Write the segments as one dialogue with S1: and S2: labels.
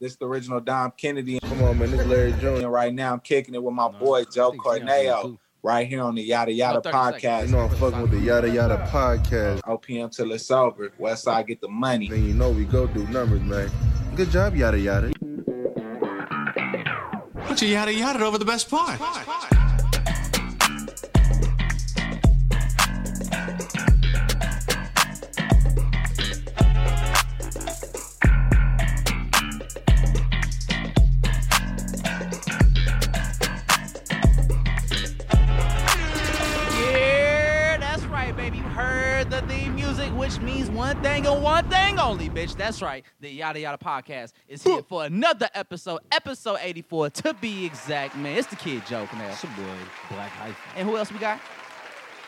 S1: This is the original Dom Kennedy.
S2: Come on, man. This is Larry Jones.
S1: And right now, I'm kicking it with my boy Joe Corneo right here on the Yada Yada
S3: No, 30
S1: podcast.
S2: You know I'm fucking with the Yada Yada podcast.
S1: OPM till it's over. Westside get the money.
S2: Then you know we go do numbers, man. Good job, Yada Yada.
S4: But you yada yada over the best part.
S3: Yeah, that's right, baby. You heard the theme music, which means one thing and one thing only, bitch. That's right. The Yada Yada Podcast is here for another episode, episode 84 to be exact, man. It's the kid Joe now.
S5: It's your boy, Black Hyphen.
S3: And who else we got?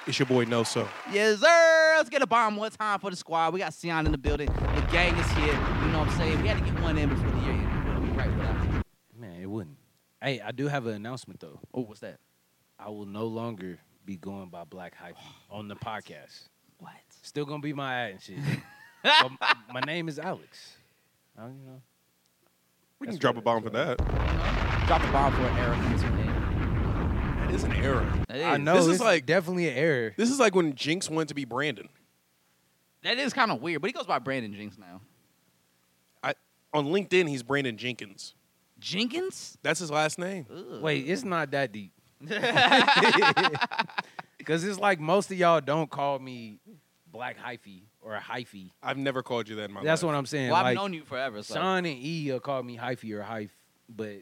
S5: It's your boy, No So.
S3: Yes, sir. Let's get a bomb one time for the squad. We got Sion in the building. The gang is here. You know what I'm saying? We had to get one in before the year ended. We'll be right with us.
S5: Man, it wouldn't. Hey, I do have an announcement, though.
S3: Oh, what's that?
S5: I will no longer be going by Black Hyphen on the podcast.
S3: What?
S5: Still gonna be my ad and shit. but m- my name is Alex. I don't you know.
S6: We
S5: That's
S6: can drop a
S5: what-
S6: bomb for that.
S3: Drop a bomb for an error. in tune in.
S6: That is an error.
S3: That is,
S5: I know
S6: This is
S5: it's
S6: like-
S5: definitely an error.
S6: This is like when Jinx wanted to be Brandon
S3: That is kind of weird, but he goes by Brandon Jinx now.
S6: on LinkedIn. He's Brandon Jenkins.
S3: Jenkins?
S6: That's his last name.
S3: Ugh.
S5: Wait, it's not that deep. Cause it's like most of y'all don't call me Black Hyphy or Hyphy.
S6: I've never called you that in my
S5: That's
S6: life.
S5: what I'm saying.
S3: Well, I've
S5: like,
S3: known you forever. So.
S5: Sean and E will call me hyphy or hyph, but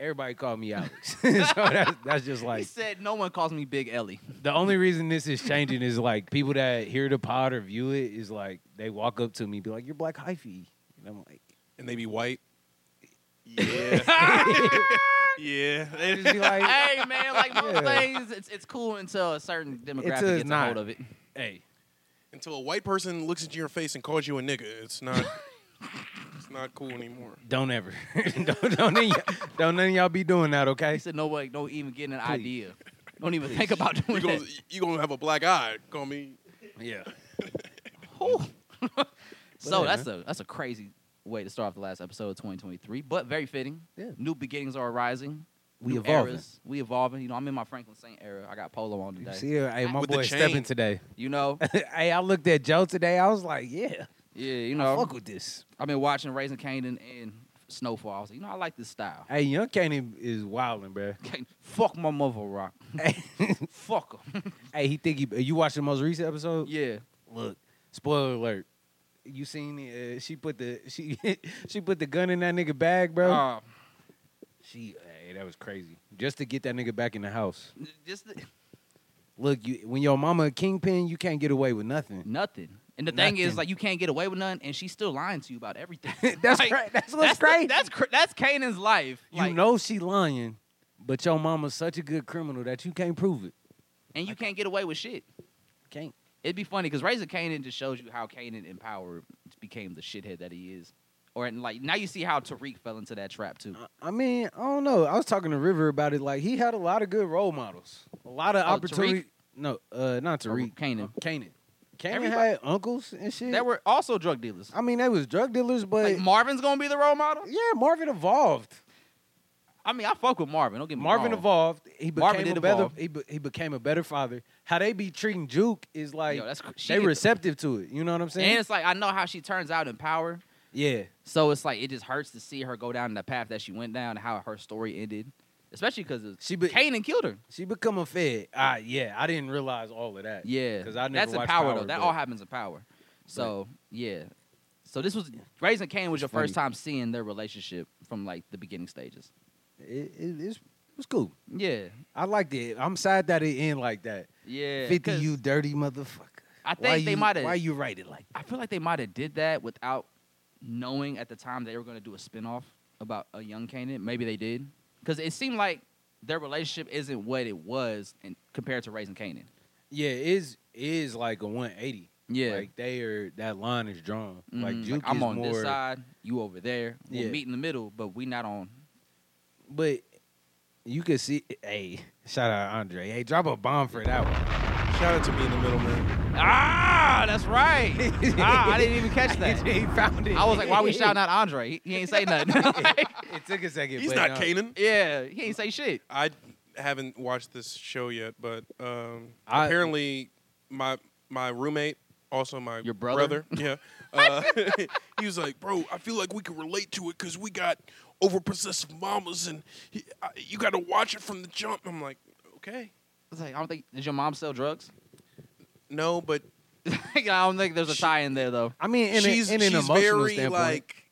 S5: everybody called me Alex. so that's, that's just
S3: he
S5: like
S3: said no one calls me Big Ellie.
S5: the only reason this is changing is like people that hear the pod or view it is like they walk up to me be like, "You're black hyphy," and I'm like,
S6: And they be white. Yeah.
S5: I
S6: yeah.
S5: just be like,
S3: hey man, like most
S5: Yeah.
S3: things, it's, it's cool until a certain demographic
S5: is
S3: gets a
S5: not.
S3: hold of it.
S5: "Hey,
S6: Until a white person looks into your face and calls you a nigga, it's not. it's not cool anymore.
S5: don't ever, don't don't, none y- don't none of y'all be doing that,
S3: He
S5: okay?"
S3: said no one, don't even get an
S5: Please.
S3: idea. Don't even think about doing
S6: You gonna,
S3: that.
S6: you gonna have a black eye? Call me.
S5: Yeah,
S3: Whew. so
S5: hey,
S3: that's a that's a crazy way to start off the last episode of 2023, but very fitting.
S5: Yeah.
S3: New beginnings are arising.
S5: we
S3: new
S5: evolving.
S3: Eras. We evolving. You know, I'm in my Franklin Saint era. I got polo on
S5: You
S3: today.
S5: see, hey, my
S6: With the
S5: boy
S6: chain.
S5: stepping today.
S3: You know,
S5: hey, I looked at Joe today. I was like, "Yeah,
S3: yeah. You know,
S5: fuck with this."
S3: I've been watching Raising Canaan and Snowfall. I was like, you know, I like this style.
S5: Hey, Young Canaan is wilding, bro.
S3: Can't- fuck my mother, rock. fuck her.
S5: Hey, he think he. You watched the most recent episode?
S3: yeah.
S5: Look, spoiler alert. You seen it? Uh, she put the she she put the gun in that nigga bag, bro.
S3: Uh,
S5: she hey, that was crazy. Just to get that nigga back in the house.
S3: just th-
S5: Look, you when your mama a kingpin, you can't get away with nothing.
S3: nothing. And the thing is,
S5: Nothing.
S3: like, you can't get away with none, and she's still lying to you about everything.
S5: that's
S3: Like,
S5: cra- that's what's
S3: That's the-
S5: crazy.
S3: that's cr- that's Kanan's life.
S5: you
S3: Like,
S5: know she lying, but your mama's such a good criminal that you can't prove it.
S3: and you can't get away with shit.
S5: Can't.
S3: It'd be funny because Raising Kanan just shows you how Kanan in power became the shithead that he is. Or and like now you see how Tariq fell into that trap too.
S5: I- I mean, I don't know. I was talking to River about it. Like he had a lot of good role models, a lot of
S3: Oh,
S5: opportunity. No, uh, not
S3: Or
S5: Tariq.
S3: Kanan.
S5: Kanan. Kanan
S3: Everybody-
S5: had uncles and shit.
S3: They were also drug dealers.
S5: I mean, they was drug dealers, but
S3: like Marvin's gonna be the role model.
S5: yeah, Marvin evolved.
S3: I mean, I fuck with Marvin. Don't get me
S5: Marvin
S3: wrong.
S5: evolved. He became
S3: Marvin did
S5: a better.
S3: evolve.
S5: He, be, he became a better father. How they be treating Juke is like
S3: Yo, that's cr- she
S5: they
S3: get-
S5: receptive to it. You know what I'm
S3: And
S5: saying?
S3: it's like I know how she turns out in power,
S5: yeah,
S3: so it's like it just hurts to see her go down the path that she went down and how her story ended, especially because
S5: She be-
S3: Kanan killed her.
S5: she become a fed. Ah, yeah, I didn't realize all of that.
S3: Yeah,
S5: because I never
S3: that's in
S5: watched
S3: power,
S5: power,
S3: though. That
S5: but-
S3: all happens in power. So yeah, so this was Raising Kanan was your first time seeing their relationship from like the beginning stages.
S5: It, it, it's it's cool.
S3: Yeah,
S5: I liked it. I'm sad that it end like that.
S3: yeah.
S5: 50
S3: 'cause
S5: you dirty motherfucker.
S3: I
S5: Why
S3: think they
S5: you-
S3: might
S5: Why
S3: have.
S5: you write it like
S3: I feel like they might have did that without knowing at the time they were going to do a spinoff about a young Kanan. Maybe they did because it seemed like their relationship isn't what it was in, compared to Raising Kanan.
S5: Yeah, it is it is like a 180.
S3: Yeah.
S5: Like they are that line is drawn.
S3: Mhm,
S5: Mm. Like Juke
S3: I'm
S5: is
S3: on
S5: more
S3: this side, you over there. We'll
S5: Yeah.
S3: meet in the middle, but we not on.
S5: but you could see hey, shout out Andre. Hey, drop a bomb for that one.
S6: Shout out to me in the middle, man.
S3: Ah, that's right. ah, I didn't even catch that.
S5: he found it.
S3: I was like, why we shouting out Andre? He, he ain't say nothing. Like,
S5: It took a second.
S6: He's
S5: but
S6: not
S5: no.
S6: Canaan.
S3: yeah, he ain't say shit.
S6: I haven't watched this show yet, but um,
S5: I-
S6: apparently my my roommate, also my
S3: Your brother?
S6: yeah, uh, he was like, "Bro, I feel like we can relate to it because we got over possessive mamas, and he, I, you got to watch it from the jump." I'm like, "Okay,
S3: It's like, I don't think does your mom sell drugs?
S6: no, but
S3: Like, I don't think there's a
S6: She-
S3: tie in there though.
S5: I mean, in, a-
S6: she's
S5: in an
S6: she's
S5: emotional
S6: very
S5: standpoint.
S6: like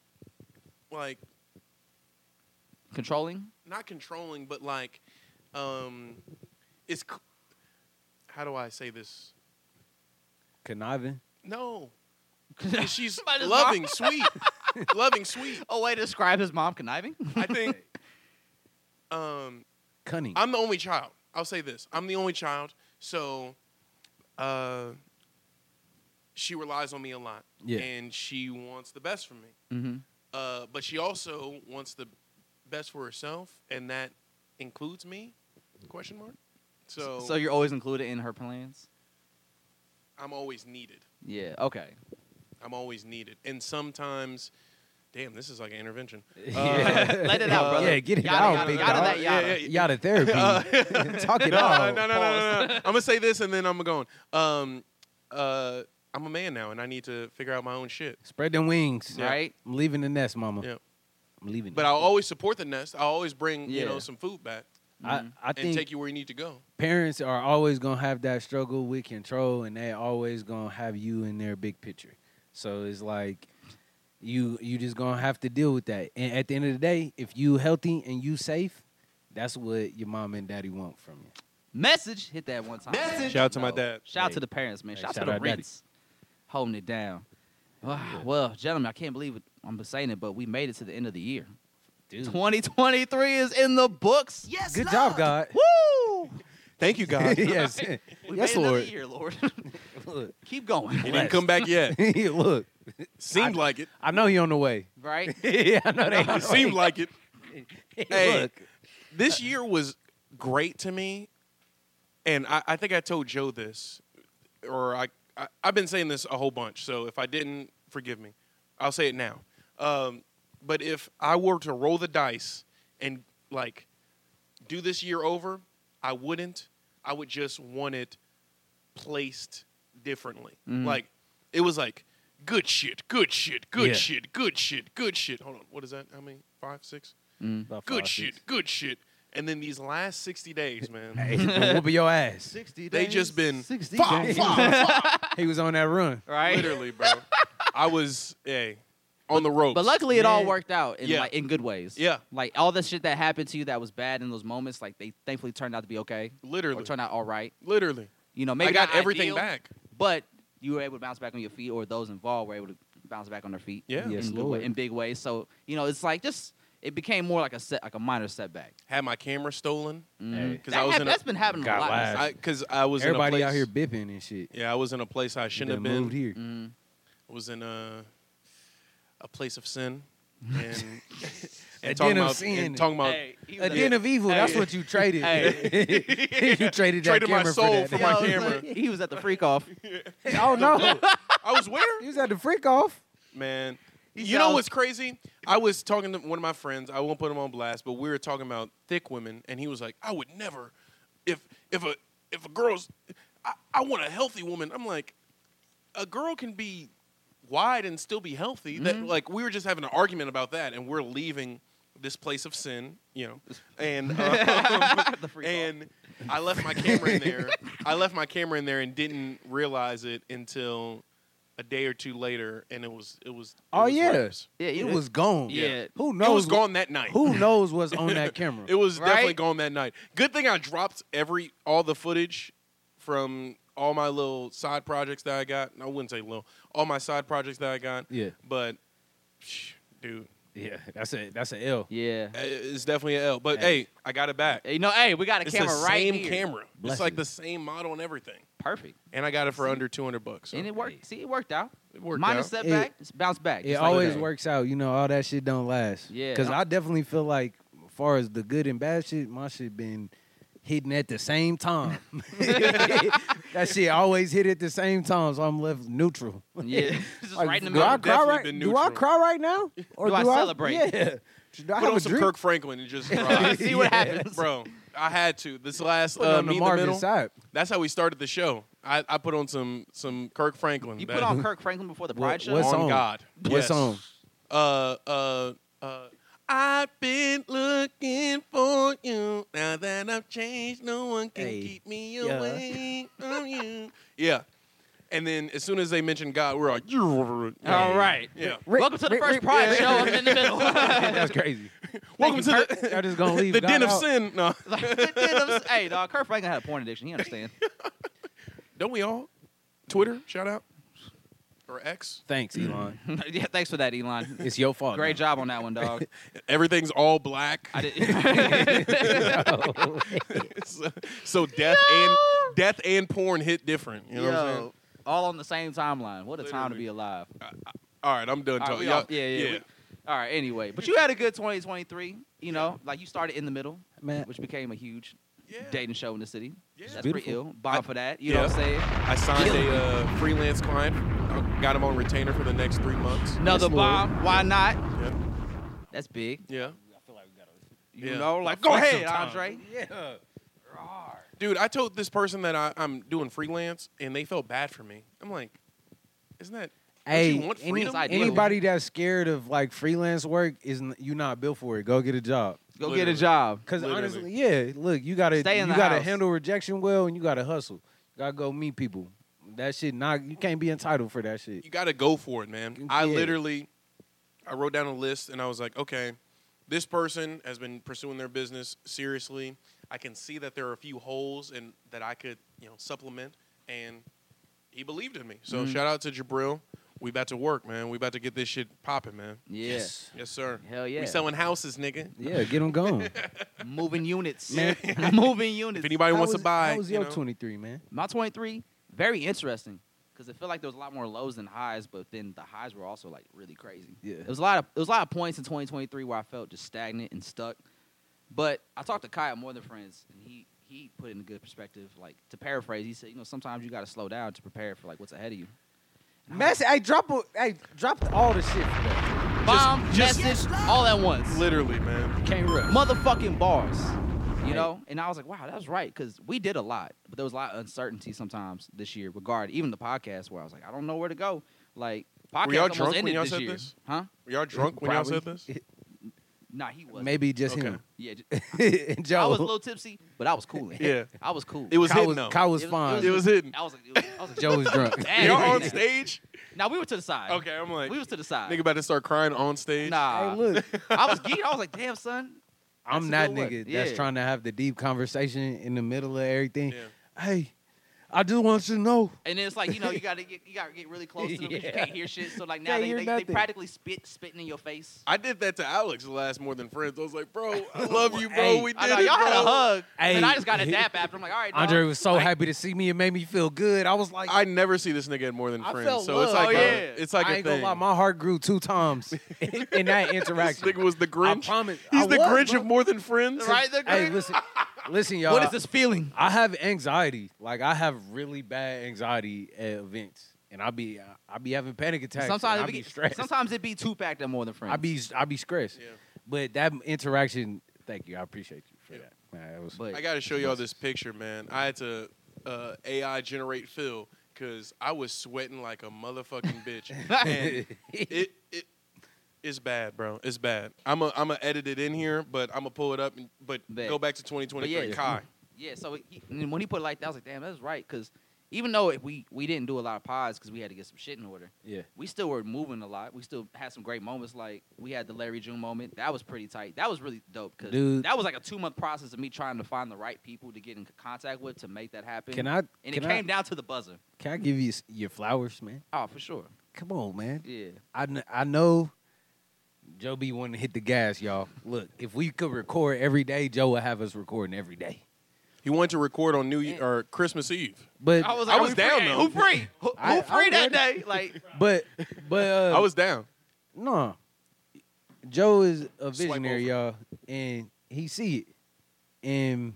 S6: like
S3: Controlling.
S6: not controlling, but like, um, it's c- how do I say this?
S5: conniving.
S6: No, she's
S3: Somebody's mom.
S6: loving, sweet, loving, sweet.
S3: A way to describe his mom conniving.
S6: I think, um,
S5: Cunning.
S6: I'm the only child. I'll say this: I'm the only child, so, uh, she relies on me a lot,
S5: Yeah.
S6: and she wants the best for me.
S3: Mm-hmm.
S6: Uh, but she also wants the best for herself, and that includes me? Question mark. So,
S3: So you're always included in her plans.
S6: I'm always needed.
S3: Yeah. Okay.
S6: I'm always needed, and sometimes, damn, this is like an intervention.
S5: yeah.
S3: Let it out, brother.
S5: Yeah, get it
S3: Yada,
S5: out,
S3: yada,
S5: big
S3: yada,
S5: dog.
S3: that yada.
S6: Yeah, yeah, yeah.
S5: Yada therapy. Talk it
S6: Uh, no,
S5: out.
S6: no, no, no, no, no. I'm gonna say this, and then I'm going. Um, uh, I'm a man now, and I need to figure out my own shit.
S5: Spread them wings.
S6: Yeah.
S3: Right.
S5: I'm leaving the nest, mama.
S6: Yeah.
S5: I'm leaving.
S6: But
S5: it.
S6: I'll always support the nest. I'll always bring you know
S3: Yeah.
S6: some food back
S3: Mm-hmm.
S5: I, I
S6: Mm-hmm. and
S5: think
S6: take you where you need to go.
S5: parents are always gonna have that struggle with control, and they always gonna have you in their big picture. So it's like you you just gonna have to deal with that. And at the end of the day, if you healthy and you safe, that's what your mom and daddy want from you.
S3: Message. Hit that one time. Message.
S6: Shout out to my dad.
S3: Shout out
S5: Hey.
S3: to the parents, man.
S5: Hey,
S3: Shout out
S5: shout
S3: to the
S5: out daddy.
S3: rents. Holding it down. Ah, well, gentlemen, I can't believe it. I'm just saying it, but we made it to the end of the year.
S5: Dude.
S3: 2023 is in the books. Yes,
S5: Good
S3: Lord.
S5: job, God.
S3: Woo!
S6: Thank you, God. he
S5: yes.
S3: We
S5: yes,
S3: made
S5: Lord.
S3: another year, Lord.
S5: Look.
S3: Keep going.
S6: didn't come back yet.
S5: Look.
S6: Seemed like it.
S5: I know he on the way.
S3: Right?
S5: yeah, I know
S6: It
S5: that.
S6: seemed like it. Hey,
S5: Look.
S6: this year was great to me, and I, I think I told Joe this, or I, I I've been saying this a whole bunch. So if I didn't, forgive me. I'll say it now. Um, but if I were to roll the dice and like do this year over, I wouldn't. I would just want it placed differently. Like it was like good shit, good shit, good
S5: Yeah.
S6: shit, good shit, good shit. Hold on, what is that? How many? Five, six?
S5: About
S6: good
S5: five,
S6: shit,
S5: six.
S6: good shit. And then these last 60 days, man,
S5: Hey, he's been whooping your ass.
S3: 60
S6: they just been
S5: days. He was on that run.
S3: Right?
S6: literally, bro. I was hey, on the ropes.
S3: But luckily, it all
S5: Yeah.
S3: worked out in
S6: Yeah.
S3: like in good ways.
S6: Yeah.
S3: Like all the shit that happened to you that was bad in those moments, like they thankfully turned out to be okay or
S6: literally,
S3: turned out all right.
S6: literally.
S3: You know, maybe
S6: I got
S3: not
S6: everything
S3: ideal,
S6: back.
S3: but you were able to bounce back on your feet, or those involved were able to bounce back on their feet.
S6: Yeah.
S5: Yes,
S3: in, good way,
S5: Lord.
S3: in big ways. So you know, it's like just it became more like a set, like a minor setback.
S6: Had my camera stolen
S3: Mhm.
S6: because
S3: That
S6: Mm, I was
S3: hap-
S6: in a,
S3: that's been happening a
S5: Got
S3: lot.
S5: lies.
S6: because I, was
S5: Everybody
S6: in a
S5: out
S6: place,
S5: here bipping and shit.
S6: Yeah, I was in a place I shouldn't have
S5: Done
S6: been.
S5: moved here.
S3: Mhm.
S6: I was in a a place of sin and,
S5: A
S6: and talking
S5: den of
S6: about
S5: sin.
S6: and talking about
S3: Hey, he
S5: A
S3: was
S5: den
S3: a-
S5: of evil. That's what you traded. you traded that
S6: Traded my
S5: camera
S6: soul
S5: for
S6: for
S5: that. thing.
S6: my
S3: Yo,
S6: camera.
S3: he was at the freak off.
S5: oh no,
S6: I was where?
S5: you was at the freak off.
S6: man.
S3: He
S6: you know
S3: sounds-
S6: what's crazy? I was talking to one of my friends. I won't put him on blast, but we were talking about thick women, and he was like, "I would never, if if a if a girl's, I, I want a healthy woman." I'm like, a girl can be wide and still be healthy.
S3: Mm-hmm.
S6: That like we were just having an argument about that, and we're leaving this place of sin, you know, and um,
S3: the freak off.
S6: and I left my camera in there. I left my camera in there and didn't realize it until a day or two later, and it was it was. It
S5: Oh
S6: was
S5: yeah,
S6: rapes.
S3: Yeah,
S5: it
S3: you-
S5: was gone.
S3: Yeah.
S5: who knows?
S6: it was
S5: wh-
S6: gone that night.
S5: Who knows what's on that camera?
S6: It was
S3: Right?
S6: definitely gone that night. Good thing I dropped every all the footage from all my little side projects that I got. I wouldn't say little, all my side projects that I got.
S5: yeah,
S6: But, psh, dude,
S5: yeah. That's a that's a L.
S3: Yeah.
S6: i- it's definitely an L. But
S5: Hey.
S6: hey, I got it back.
S3: You know, hey, we got a
S6: It's
S3: camera
S6: the
S3: right
S6: same
S3: here.
S6: camera.
S5: Bless
S6: it's like
S5: you.
S6: the same model and everything.
S3: Perfect.
S6: And I got it for under two hundred bucks. so
S3: And it worked. See, it worked out.
S6: it worked
S3: Minor
S6: out.
S3: setback, it's bounced back.
S5: It
S3: just like
S5: always
S3: that.
S5: works out. You know, all that shit don't last.
S3: Yeah.
S5: Because I definitely feel like, as far as the good and bad shit, my shit been hitting at the same time. that shit always hit at the same time, so I'm left neutral.
S3: Yeah, just
S5: Like,
S3: right in the
S5: do
S3: middle.
S5: I
S6: I've
S5: cry
S6: definitely
S5: right?
S6: been
S5: Do I
S6: neutral.
S5: cry right now? Or
S3: Do I celebrate?
S5: Yeah. Should I
S6: Put
S5: have
S6: on
S5: a
S6: some
S5: drink?
S6: Kirk Franklin and just cry.
S3: See what happens.
S6: bro. I had to this last
S5: Put
S6: uh,
S5: on the
S6: meet in the
S5: Marvin
S6: middle.
S5: Sapp.
S6: That's how we started the show. I, I put on some some Kirk Franklin.
S3: You
S6: that-
S3: put on Kirk Franklin before the
S5: What-
S3: Pride show. Oh
S5: what's
S6: on
S5: on?
S6: God.
S5: What
S6: Yes.
S5: song?
S6: Uh uh uh. I've been looking for you. Now that I've changed, no one can
S5: Hey.
S6: keep me
S5: Yeah.
S6: away from you. Yeah. And then as soon as they mentioned God, we're like, "You're-"
S3: All right.
S6: Yeah.
S3: Welcome to the first Pride show. I'm in the middle.
S5: That's crazy.
S6: Welcome to the,
S5: Y'all just gonna leave
S6: the
S5: God
S6: den of
S5: out.
S6: sin. No.
S3: Like, it did ups- hey, dog, Kurt Franklin had a porn addiction. He understand.
S6: Don't we all? Twitter, shout out. Or X.
S5: Thanks, Elon.
S3: yeah, thanks for that, Elon.
S5: Mm. It's your fault.
S3: Great job on that one, dog.
S6: Everything's all black.
S3: I did.
S5: job.
S6: so, so death and death and porn hit different. You know what I'm saying?
S3: Yo, all on the same timeline. What a time to
S6: Literally.
S3: be alive.
S6: All right, I'm done
S3: All right,
S6: talking.
S3: we
S6: Y'all-
S3: all- yeah, yeah, we- All right. Anyway, but you had a good 2023. You know, like you started in the middle,
S5: Man,
S3: which became a huge
S6: Yeah.
S3: dating show in the city.
S6: Yeah.
S3: That's pretty
S5: beautiful.
S3: ill. Bomb
S6: I-
S3: for that. You know what I'm saying?
S6: I signed a uh, freelance client. I got him on retainer for the next three months.
S3: Another
S5: Lord.
S3: bomb. Why not?
S6: Yeah,
S3: That's big.
S6: yeah.
S3: You
S6: Yeah.
S3: know, like
S6: Flex
S3: go ahead,
S6: sometime.
S3: Andre.
S5: yeah.
S6: Dude, I told this person that I, I'm doing freelance, and they felt bad for me. I'm like, isn't that?
S5: Hey,
S6: you want
S5: any-
S6: freedom?
S3: Ideally.
S5: anybody that's scared of like freelance work is n- you not built for it. Go get a job.
S3: Go get
S6: Literally.
S3: a job.
S5: Because
S6: Literally.
S5: honestly, yeah, look, you gotta
S3: Stay in
S5: you
S3: the
S5: gotta
S3: house.
S5: handle rejection well, and you gotta hustle. You gotta go meet people. That shit, not you can't be entitled for that shit.
S6: You got to go for it, man. I
S5: Yeah.
S6: literally, I wrote down a list, and I was like, okay, this person has been pursuing their business seriously. I can see that there are a few holes and that I could, you know, supplement. And he believed in me. So
S5: Mm-hmm.
S3: Mhm.
S6: shout out to Jabril. We about to work, man. We about to get this shit popping, man.
S3: Yeah.
S6: Yes, sir.
S3: Hell yeah.
S6: We selling houses, nigga.
S5: Yeah, get them going.
S3: Moving units.
S5: Man.
S3: Moving units.
S6: If anybody wants to buy,
S5: How was
S6: you
S5: your
S6: know.
S5: 23, man?
S3: My 23, very interesting because it felt like there was a lot more lows than highs, but then the highs were also like really crazy.
S5: Yeah.
S3: There was a lot of there was a lot of points in 2023 where I felt just stagnant and stuck. But I talked to Kai at More Than Friends, and he he put it in a good perspective. Like to paraphrase, he said, you know, sometimes you got to slow down to prepare for like what's ahead of you.
S5: Mess, hey, drop, a, hey, drop all the shit. For that.
S3: Bomb,
S6: just-
S3: message, all at once.
S6: Literally, man.
S5: Can't rush.
S3: motherfucking bars. You
S5: Right.
S3: know? And I was like, wow, that was right. Because we did a lot, but there was a lot of uncertainty sometimes this year regarding even the podcast where I was like, I don't know where to go. Like, podcast
S6: Were y'all
S3: almost
S6: drunk when
S3: ended
S6: y'all
S3: this
S6: said
S3: year.
S6: this?
S3: Huh?
S6: Were y'all drunk when y'all said
S5: Probably.
S6: this?
S3: Nah, he wasn't.
S5: Maybe just
S6: Okay.
S5: him.
S3: Yeah, j-
S5: and Joe.
S3: I was a little tipsy, but I was cooling.
S6: Yeah.
S3: I was cool.
S6: It was
S5: Kai
S6: hidden,
S5: was,
S6: though.
S5: Kai was
S3: It was- it
S5: fine.
S6: It was hidden.
S3: I was like, it was, I was like
S5: Joe was drunk.
S3: Dang.
S6: Y'all on
S3: Yeah.
S6: stage?
S3: now we were to the side.
S6: Okay, I'm like,
S3: We was to the side.
S6: nigga about to start crying on stage.
S3: nah.
S5: hey, look,
S3: I was geeked. I was like, damn, son.
S5: I'm
S3: That's
S5: that
S3: a good
S5: nigga
S3: one.
S5: that's
S3: Yeah.
S5: trying to have the deep conversation in the middle of everything.
S6: Yeah.
S5: Hey, I just want you to know.
S3: And then it's like you know you gotta get you gotta get really close to them 'cause
S5: Yeah.
S3: you can't hear shit. So like now
S5: Can't
S3: they,
S5: hear
S3: they, they
S5: nothing.
S3: practically spit spitting in your face.
S6: I did that to Alex the last More Than Friends. I was like, bro, I love you, bro.
S5: Hey,
S6: we did
S3: I know
S6: it,
S3: y'all had a
S6: bro.
S3: hug, and then
S5: Hey.
S3: I just got a dap after. I'm like, all right, dog.
S5: Andre was so happy to see me. It made me feel good. I was like,
S6: I never see this nigga in More Than
S5: I
S6: Friends.
S5: felt
S6: so it's
S5: love.
S6: like,
S3: Oh,
S6: a,
S3: yeah.
S6: it's like
S5: I
S6: a
S5: ain't
S6: thing.
S5: gonna lie, my heart grew two times in that
S6: this
S5: interaction.
S6: nigga was the
S5: I
S6: Grinch.
S5: promise.
S6: He's
S5: I
S6: the
S5: was,
S6: Grinch
S5: bro.
S6: of More Than Friends.
S3: right? The
S5: Hey,
S3: green-
S5: listen, listen, y'all.
S3: what is this feeling?
S5: I have anxiety. Like I have really bad anxiety at events, and I be I be having panic attacks. and
S3: Sometimes
S5: I
S3: it
S5: be
S3: be,
S5: stressed.
S3: sometimes it be two packed and more than friends.
S5: I be I be stressed.
S6: Yeah.
S5: But that interaction, thank you. I appreciate you for
S6: Yeah.
S5: that. Man, that was
S3: But-
S6: I got to show y'all this picture, man. I had to uh, AI generate Phil because I was sweating like a motherfucking bitch. And it, it, it's bad, bro. It's bad. I'm going I'm to edit it in here, but I'm going to pull it up. And, but
S3: Bet.
S6: go back to
S3: But
S6: 2023.
S3: yeah,
S6: Kai.
S3: yeah. So it, and then when he put it like that, I was like, damn, that's right. Because even though it, we we didn't do a lot of pods because we had to get some shit in order,
S5: yeah.
S3: we still were moving a lot. We still had some great moments. Like we had the Larry June moment. That was pretty tight. That was really dope. Cause
S5: Dude.
S3: that was like a two month process of me trying to find the right people to get in contact with to make that happen.
S5: Can I?
S3: And
S5: can
S3: it
S5: I,
S3: came down to the buzzer.
S5: Can I give you s- your flowers, man?
S3: Oh, for sure.
S5: Come on, man.
S3: Yeah.
S5: I, kn- I know Joe B wanted to hit the gas, y'all. Look, if we could record every day, Joe would have us recording every day.
S6: He wanted to record on New Year, or Christmas Eve.
S5: But
S3: I was,
S6: I
S3: like,
S6: was
S3: who
S6: down,
S3: free?
S6: though.
S3: Who free? Who, who
S5: I- I
S3: free that
S5: read
S3: day? Like,
S5: but but uh,
S6: I was down.
S5: no. Joe is
S6: Swipe
S5: a visionary, y'all, and he see it. And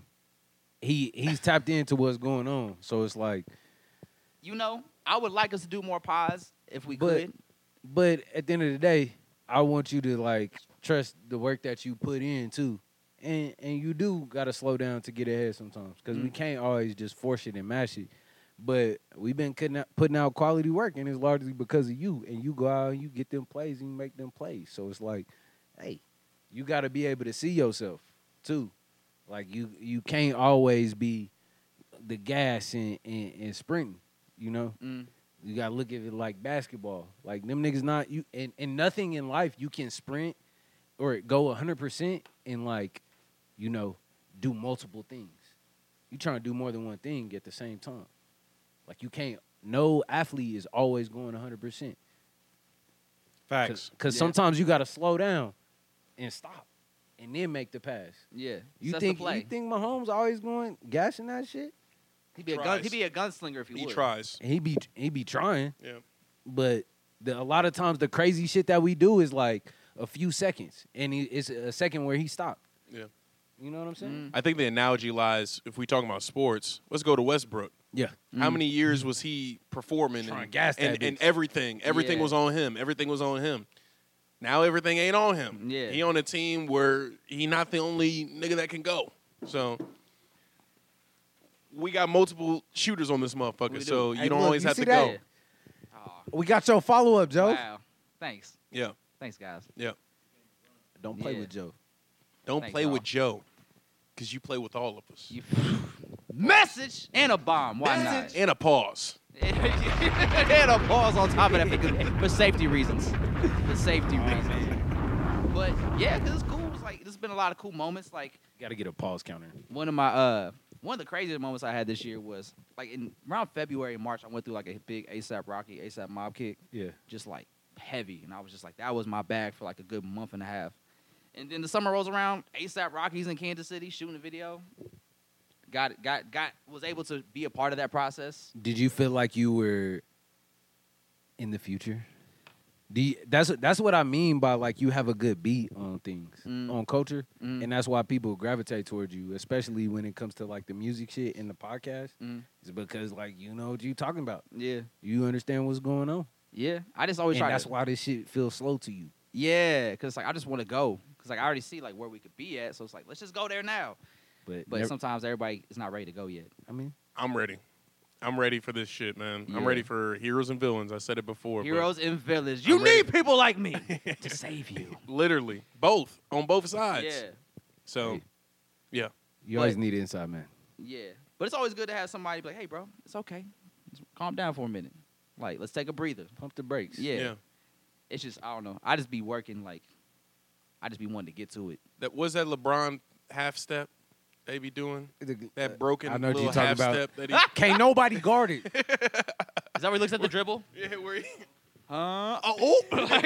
S5: he he's tapped into what's going on. So it's like,
S3: You know, I would like us to do more pods if we
S5: But-
S3: could.
S5: but at the end of the day, I want you to like trust the work that you put in too, and and you do gotta slow down to get ahead sometimes because we can't always just force it and mash it. But we've been cutting out- putting out quality work, and it's largely because of you. And you go out and you get them plays and you make them plays. So it's like, hey, you gotta be able to see yourself too. Like you you can't always be the gas and and, and sprinting. You know.
S3: Mm.
S5: You gotta look at it like basketball. Like them niggas not you and, and nothing in life you can sprint or go hundred percent and like, you know, do multiple things. You trying to do more than one thing at the same time. Like you can't no athlete is always going hundred percent.
S6: Facts.
S5: Cause, 'cause
S3: Yeah.
S5: sometimes you gotta slow down and stop and then make the pass.
S3: Yeah.
S5: You
S3: Sets the
S5: think
S3: play.
S5: you think Mahomes always going gashing that shit?
S3: he'd be a gun,
S6: Tries.
S3: he'd be a gunslinger if he,
S6: He
S3: would.
S6: tries.
S5: And he be he be trying.
S6: Yeah.
S5: but the, a lot of times the crazy shit that we do is like a few seconds, and he, it's a second where he stopped.
S6: Yeah.
S5: You know what I'm saying?
S3: Mm.
S6: I think the analogy lies if we talking about sports. Let's go to Westbrook.
S5: Yeah.
S6: How many years was he performing
S5: Mm-hmm. Trying
S6: and,
S5: to gas that
S6: and, and
S5: bitch.
S6: everything? Everything
S3: Yeah.
S6: was on him. Everything was on him. Now everything ain't on him.
S3: Yeah.
S6: He on a team where he not the only nigga that can go. So we got multiple shooters on this motherfucker.
S3: We do.
S6: So you
S5: Hey,
S6: don't
S5: look,
S6: always
S5: you
S6: have
S5: see
S6: to
S5: that?
S6: go.
S3: Aw,
S5: We got your follow up, Joe.
S3: Oh, wow. Thanks.
S6: Yeah.
S3: Thanks, guys.
S5: Don't play
S3: Yeah.
S5: with Joe.
S6: Don't
S3: Thank
S6: play
S3: y'all.
S6: with Joe. Cause you play with all of us.
S3: You message and a bomb. Why not?
S6: And a pause.
S3: and a pause on top of that for, good- for safety reasons. For safety reasons. But yeah, cause it's cool. It's like there's been a lot of cool moments. Like
S5: Got to get a pause counter.
S3: one of my uh one of the craziest moments I had this year was like in around February and March I went through like a big ASAP Rocky, ASAP Mob kick,
S5: Yeah.
S3: just like heavy, and I was just like that was my bag for like a good month and a half. And then the summer rolls around, ASAP Rockies in Kansas City shooting a video. Got got got was able to be a part of that process.
S5: Did you feel like you were in the future? Do you, that's that's what I mean by like you have a good beat on things
S3: Mm.
S5: on culture,
S3: Mm.
S5: and that's why people gravitate towards you, especially when it comes to like the music shit and the podcast.
S3: Mm.
S5: It's because like you know what you talking about,
S3: Yeah,
S5: you understand what's going on.
S3: yeah. I just always
S5: and
S3: try.
S5: that's
S3: to,
S5: why this shit feels slow to you.
S3: Yeah, because like I just want to go because like I already see like where we could be at, so it's like let's just go there now.
S5: But,
S3: But
S5: nev-
S3: sometimes everybody is not ready to go yet.
S5: I mean,
S6: I'm ready. I'm ready for this shit, man. I'm
S3: Yeah.
S6: ready for heroes and villains. I said it before. but-
S3: Heroes in Village, you
S6: I'm ready.
S3: need people like me to save you.
S6: Literally, both on both sides.
S3: Yeah,
S6: So,
S5: you always
S3: But-
S5: need an inside man.
S3: yeah. But it's always good to have somebody be like, hey, bro, it's okay. Just calm down for a minute. Like, let's take a breather.
S5: Pump the brakes.
S6: yeah.
S3: Yeah. It's just I don't know. I just be working like I just be wanting to get to it.
S6: That was that LeBron half step they be doing
S5: The-
S6: that broken
S5: Uh, I know what
S6: little
S5: you're talking
S6: half
S5: about.
S6: step that he.
S5: uh, Can't nobody guard it.
S3: Is that where he looks at the dribble?
S6: yeah, where he,
S3: Huh? Oh, oh.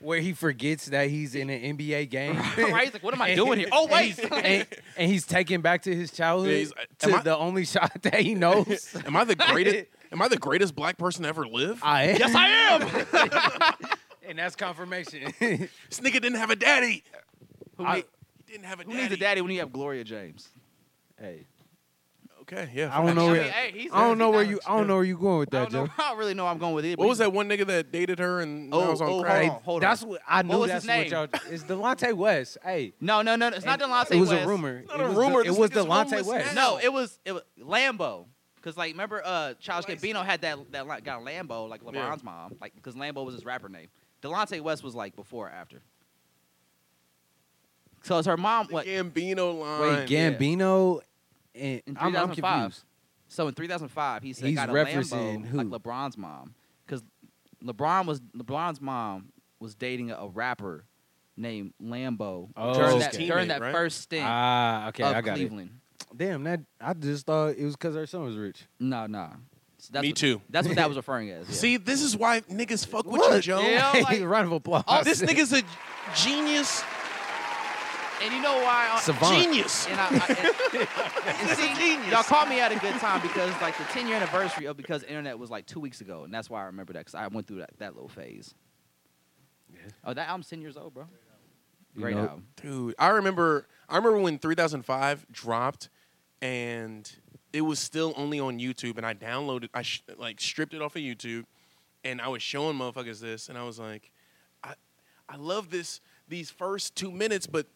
S5: Where he forgets that he's in an NBA game.
S3: right. He's like, what am I doing here? Oh
S5: And
S3: wait.
S5: he's- and, and he's taken back to his childhood
S6: Yeah, he's like,
S5: to
S6: am I-
S5: the only shot that he knows.
S6: am I the greatest? am I the greatest black person to ever live?
S5: I am.
S3: yes, I am.
S5: and that's confirmation.
S6: this nigga didn't have a daddy.
S3: Who
S6: I-
S3: need-
S6: he didn't have a
S3: Who
S6: daddy.
S3: needs a daddy when you have Gloria James?
S5: hey,
S6: Okay, yeah.
S5: I don't know
S3: I
S5: where
S3: mean, hey, he's-
S5: I don't know
S3: he's
S5: where
S3: not-
S5: you I don't know where you going with
S3: I
S5: that,
S3: don't, know,
S5: Joe.
S3: I don't really know where I'm going with it.
S6: What was that one nigga that dated her and
S3: Oh,
S6: I was on
S3: oh,
S6: crack?
S3: hold on, hold on.
S5: that's what I knew.
S3: was his
S5: that's what
S3: name?
S5: y'all. It's Delonte West. Hey,
S3: No, no, no. no, It's not
S5: And
S3: Delonte
S5: It was
S3: West.
S5: a rumor.
S6: not
S5: it
S6: a
S5: was
S6: rumor,
S5: The, it
S6: this
S5: was
S6: nigga's
S5: Delonte
S6: rumors
S5: West.
S6: now.
S3: No, it was it was Lambo. Cause like remember, uh, Childish Gambino had that that li- got Lambo like LeBron's
S6: Yeah.
S3: mom, like because Lambo was his rapper name. Delonte West was like before or after. So it's her mom.
S6: The
S3: What?
S6: Gambino line.
S5: Wait, Gambino and
S3: In
S5: I'm, I'm
S3: 2005.
S5: confused.
S3: So in 2005, he said
S5: He's
S3: got a
S5: referencing
S3: Lambo
S5: who?
S3: like LeBron's mom, because LeBron was LeBron's mom was dating a, a rapper named Lambo
S5: Oh,
S3: during
S5: his
S3: that,
S6: teammate,
S3: during that
S6: right?
S3: first stint
S5: Ah, okay,
S3: of
S5: I got
S3: Cleveland.
S5: it. Damn, that I just thought it was because her son was rich.
S3: No, no. So that's
S6: Me
S3: what-
S6: too.
S3: That's what that was referring as. yeah.
S6: See, this is why niggas fuck with you,
S5: Look.
S6: Joe.
S3: Yeah, I'm like-
S5: Round of applause.
S3: Oh,
S6: This nigga's a genius
S3: and you know why? I-
S5: Savant.
S6: genius.
S3: And I, I and, and see, y'all caught me at a good time because like the 10 year anniversary of because the internet was like two weeks ago, and that's why I remember that because I went through that, that little phase. Oh, that album's 10 years old, bro.
S5: You
S3: Great
S5: know-
S3: album.
S6: Dude, I remember I remember when 3005 dropped and it was still only on YouTube. And I downloaded, I sh- like stripped it off of YouTube, and I was showing motherfuckers this, and I was like, I, I love this these first two minutes, but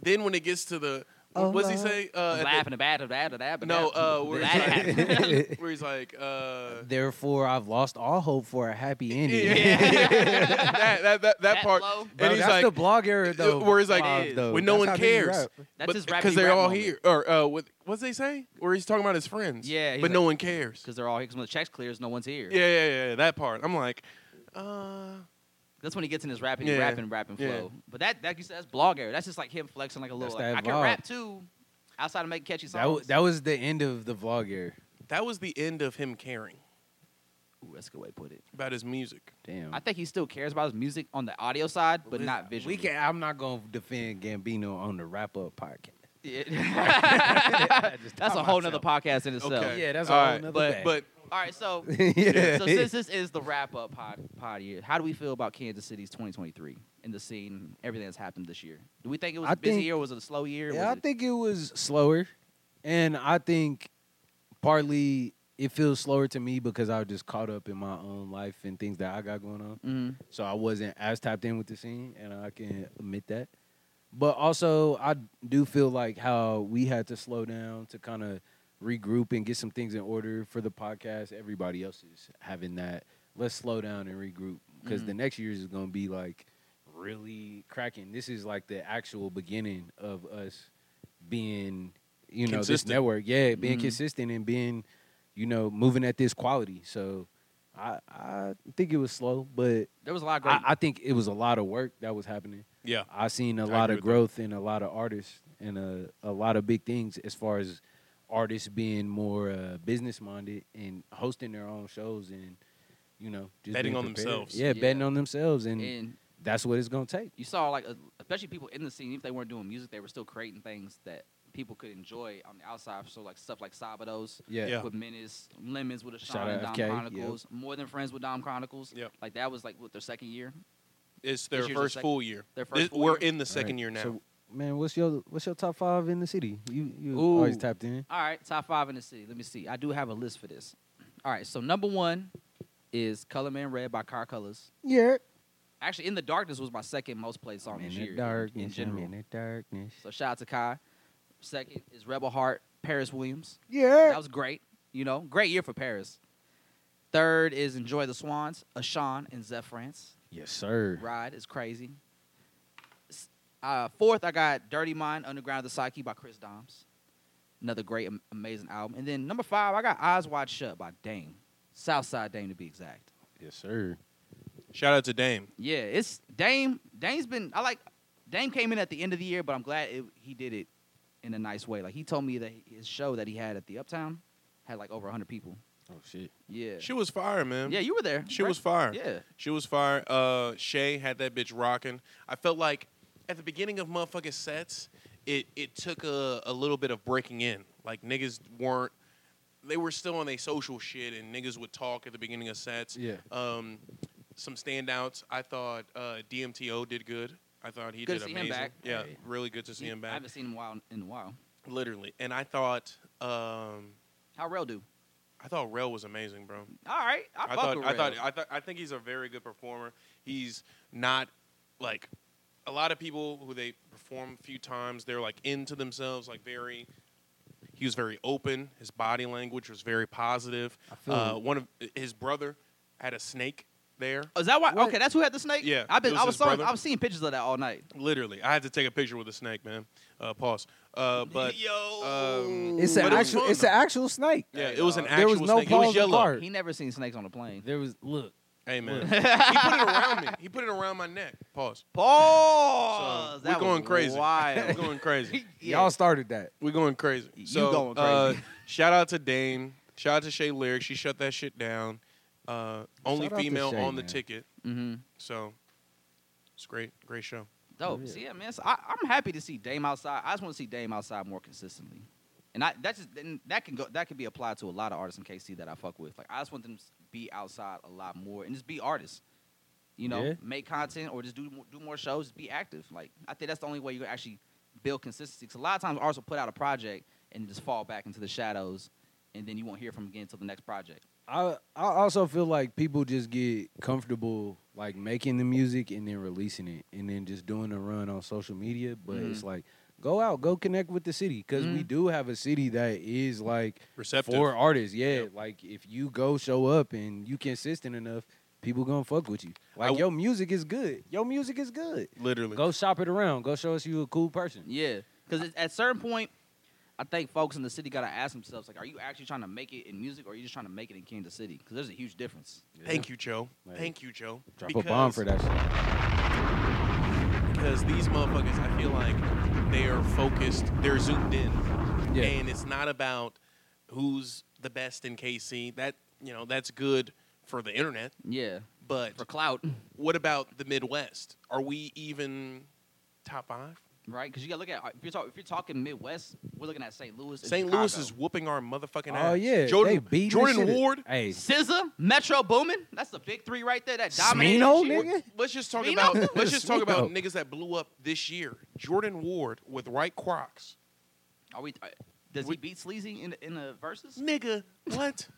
S6: then when it gets to the what's he say? Uh, at
S3: Laughing about it, about it, about
S6: the,
S3: it.
S6: no, uh, where, he's
S3: That-
S6: like, where he's like, uh,
S5: Therefore, I've lost all hope for a happy ending.
S6: yeah, that, that, that, that
S3: That
S6: part.
S3: low.
S6: And
S5: Bro,
S6: he's
S5: that's
S6: like,
S5: the blog era though.
S6: where it's like,
S5: Bob,
S3: is.
S5: though.
S6: when no
S7: That's
S6: one
S7: how big you
S6: cares.
S7: rap.
S3: That's his
S6: because they're
S3: rap
S6: all
S3: moment.
S6: here, or uh, what? What's they say? Where he's talking about his friends.
S3: Yeah, he's
S6: but
S3: like-
S6: no one cares.
S3: because they're all here. Because when the checks clears, no one's here.
S6: Yeah, yeah, yeah, yeah, that part. I'm like, uh,
S3: That's when he gets in his rapping,
S6: Yeah.
S3: rapping, rapping
S6: Yeah.
S3: flow. But that, that you said, that's blog era. That's just like him flexing like a little.
S5: That's
S3: Like, I
S5: that
S3: can
S5: vibe.
S3: rap too, outside of making catchy
S5: That, wa-
S3: songs.
S5: that was the end of the vlog era.
S6: that was the end of him caring
S3: Ooh, that's a good way to put it.
S6: about his music.
S5: Damn.
S3: I think he still cares about his music on the audio side, but
S6: Listen,
S3: not visually.
S5: we can. I'm not gonna defend Gambino on the wrap up podcast.
S3: Yeah.
S5: I just
S3: that's a
S5: taught
S3: whole nother
S5: myself.
S3: podcast in itself.
S6: Okay.
S5: Yeah, that's
S6: All
S5: a whole
S6: right,
S5: nother
S3: but-
S5: bag.
S6: But
S3: All right, so
S5: yeah.
S3: so since this is the wrap up pod, pod year, how do we feel about Kansas City's 2023 and the scene, everything that's happened this year? Do we think it was
S5: I
S3: a busy
S5: think-
S3: year? Was it a slow year?
S5: Yeah, I
S3: was it,
S5: think it was slower, and I think partly it feels slower to me because I was just caught up in my own life and things that I got going on.
S3: Mhm.
S5: So I wasn't as tapped in with the scene, and I can admit that. But also, I do feel like how we had to slow down to kind of regroup and get some things in order for the podcast. Everybody else is having that. Let's slow down and regroup because the next year's is going to be like really cracking. This is like the actual beginning of us being, you know, this
S6: Consistent.
S5: network. Yeah, being
S3: Mhm.
S5: consistent and being, you know, moving at this quality. So I, I think it was slow, but
S3: there was a lot of great.
S5: I, I think it was a lot of work that was happening.
S6: yeah,
S5: I seen a
S6: I
S5: lot
S6: agree with
S5: of growth and a lot of artists and a, a lot of big things as far as artists being more uh, business minded and hosting their own shows and you know just
S6: Betting
S5: being
S6: on
S5: prepared.
S6: themselves.
S5: Yeah, betting
S3: Yeah.
S5: on themselves, and,
S3: and
S5: that's what it's gonna take.
S3: you saw like uh, especially people in the scene, if they weren't doing music, they were still creating things that people could enjoy on the outside. So like stuff like Sabados.
S5: Yeah,
S6: Yeah.
S3: With Menace, Lemons with
S5: Shout
S3: Ashawn and Dom
S5: out FK, yep.
S3: Chronicles, More Than Friends with Dom Chronicles.
S6: Yep.
S3: Like that was like what their second year.
S6: it's their
S3: This year's the
S6: first
S3: sec-
S6: full year.
S3: their first
S6: It-
S3: full
S6: we're
S3: year.
S6: in the second
S5: Alright,
S6: year now.
S5: So, man, what's your what's your top five in the city? You you
S3: Ooh.
S5: always tapped in.
S3: All right, top five in the city. Let me see. I do have a list for this. All right, so number one is Color Man Red by Car Colors.
S5: Yeah,
S3: Actually, In the Darkness was my second most played song
S5: in
S3: this
S5: the
S3: year
S5: darkness,
S3: in
S5: I'm
S3: general.
S5: in the darkness.
S3: So shout out to Kai. Second is Rebel Heart, Paris Williams.
S5: Yeah,
S3: That was great. You know, great year for Paris. Third is Enjoy the Swans, Ashawn and Zeph France.
S5: yes sir.
S3: Ride is crazy. S- Uh, fourth, I got Dirty Mind, Underground of the Psyche by Chris Doms. Another great, am- amazing album. And then number five, I got Eyes Wide Shut by Dame. Southside Dame to be exact.
S5: Yes sir.
S6: Shout out to Dame.
S3: Yeah, it's Dame. Dame's been, I like, Dame came in at the end of the year, but I'm glad it, he did it in a nice way. Like, he told me that his show that he had at the Uptown had like over 100 people.
S5: Oh shit.
S3: Yeah.
S6: She was fire, man.
S3: Yeah, you were there.
S6: She
S3: right?
S6: was fire.
S3: Yeah.
S6: She was fire. Uh, Shay had that bitch rocking. I felt like at the beginning of motherfucking sets, it it took a, a little bit of breaking in. Like niggas weren't, they were still on their social shit, and niggas would talk at the beginning of sets.
S5: Yeah.
S6: Um, some standouts. I thought uh, DMTO did good. I thought he
S3: Good to
S6: did
S3: see him
S6: amazing.
S3: back.
S6: Yeah,
S5: Hey.
S6: really good to see him
S3: I
S6: back.
S3: haven't seen him in a while. In a while.
S6: Literally, and I thought. Um,
S3: How Rel do?
S6: I thought Rel was amazing, bro.
S3: All right. I,
S6: I
S3: fuck
S6: thought,
S3: with
S6: I
S3: Rel.
S6: thought, I thought, I think he's a very good performer. He's not like a lot of people who they perform a few times. They're like into themselves, like very. He was very open. His body language was very positive.
S5: I feel
S6: Uh,
S5: you.
S6: one of his brother had a snake there.
S3: Is that why?
S5: What?
S3: Okay, that's who had the snake.
S6: Yeah,
S3: I've been.
S6: it was
S3: I was.
S6: his
S3: Saw,
S6: brother.
S3: I was seeing pictures of that all night.
S6: Literally, I had to take a picture with a snake, man. Uh, pause. Uh, but
S3: yo,
S6: um,
S7: It's an
S6: but it was
S7: actual.
S6: fun,
S7: it's
S6: though.
S7: an actual snake.
S6: yeah, it was an actual
S7: uh, There was no
S6: snake. It was
S7: pause
S6: yellow.
S7: apart.
S3: he never seen snakes on a plane.
S5: There was look.
S6: Hey man, he put it around me. He put it around my neck. Pause.
S3: Pause.
S6: we're going crazy. We're
S3: Wild.
S6: going crazy.
S7: Y'all started that.
S6: We're going crazy.
S3: You
S6: So,
S3: going
S6: uh,
S3: crazy.
S6: shout out to Dame. Shout out to Shay Lyric. She shut that shit down. Uh, only
S5: Shout out to
S6: female
S5: Shay,
S6: on the
S5: man.
S6: ticket.
S3: mm-hmm.
S6: So it's great. Great show.
S3: Dope. Oh,
S5: Yeah.
S3: See, yeah, man. So I, I'm happy to see Dame outside. I just want to see Dame outside more consistently. And I, that's just, and that can go that can be applied to a lot of artists in KC that I fuck with. Like I just want them to be outside a lot more and just be artists. You know,
S5: Yeah.
S3: make content or just do mo- do more shows. Just be active. Like I think that's the only way you can actually build consistency. Because a lot of times artists will put out a project and just fall back into the shadows, and then you won't hear from him again until the next project.
S5: I I also feel like people just get comfortable like making the music and then releasing it and then just doing a run on social media. But
S6: Mm.
S5: it's like go out, go connect with the city because we
S3: Mhm.
S5: do have a city that is like
S6: Receptive.
S5: for artists. Yeah, like if you go show up and you consistent enough, people gonna fuck with you. Like
S6: w-
S5: your music is good. Your music is good.
S6: Literally.
S5: Go shop it around. Go show us you a cool person.
S3: Yeah, because at certain point, I think folks in the city gotta ask themselves like, are you actually trying to make it in music, or are you just trying to make it in Kansas City? Because there's a huge difference.
S6: Thank you, Joe.
S5: Like,
S6: Thank you, Joe.
S5: Drop a bomb for that. Shit.
S6: Because these motherfuckers, I feel like they are focused, they're zoomed in.
S5: Yeah.
S6: And it's not about who's the best in KC. That, you know, that's good for the internet.
S3: Yeah,
S6: But
S3: for clout,
S6: what about the Midwest? Are we even top five?
S3: right? Because you gotta look at if you're, talk, if you're talking Midwest, we're looking at St. Louis. and
S6: St. Louis
S3: Chicago.
S6: is whooping our motherfucking ass.
S5: Oh yeah,
S6: Jordan,
S5: they beating the
S6: Jordan
S5: shit out-
S6: Ward.
S5: Hey,
S3: SZA, Metro Boomin. That's the big three right there. That dominated.
S5: Smino,
S3: shit.
S5: nigga?
S6: Let's just talk
S3: Smino?
S6: about let's just talk about
S5: Smino.
S6: niggas that blew up this year. Jordan Ward with right Crocs.
S3: Are we? uh, Does
S6: We-
S3: he beat Sleazy in the, in the verses?
S6: Nigga, what?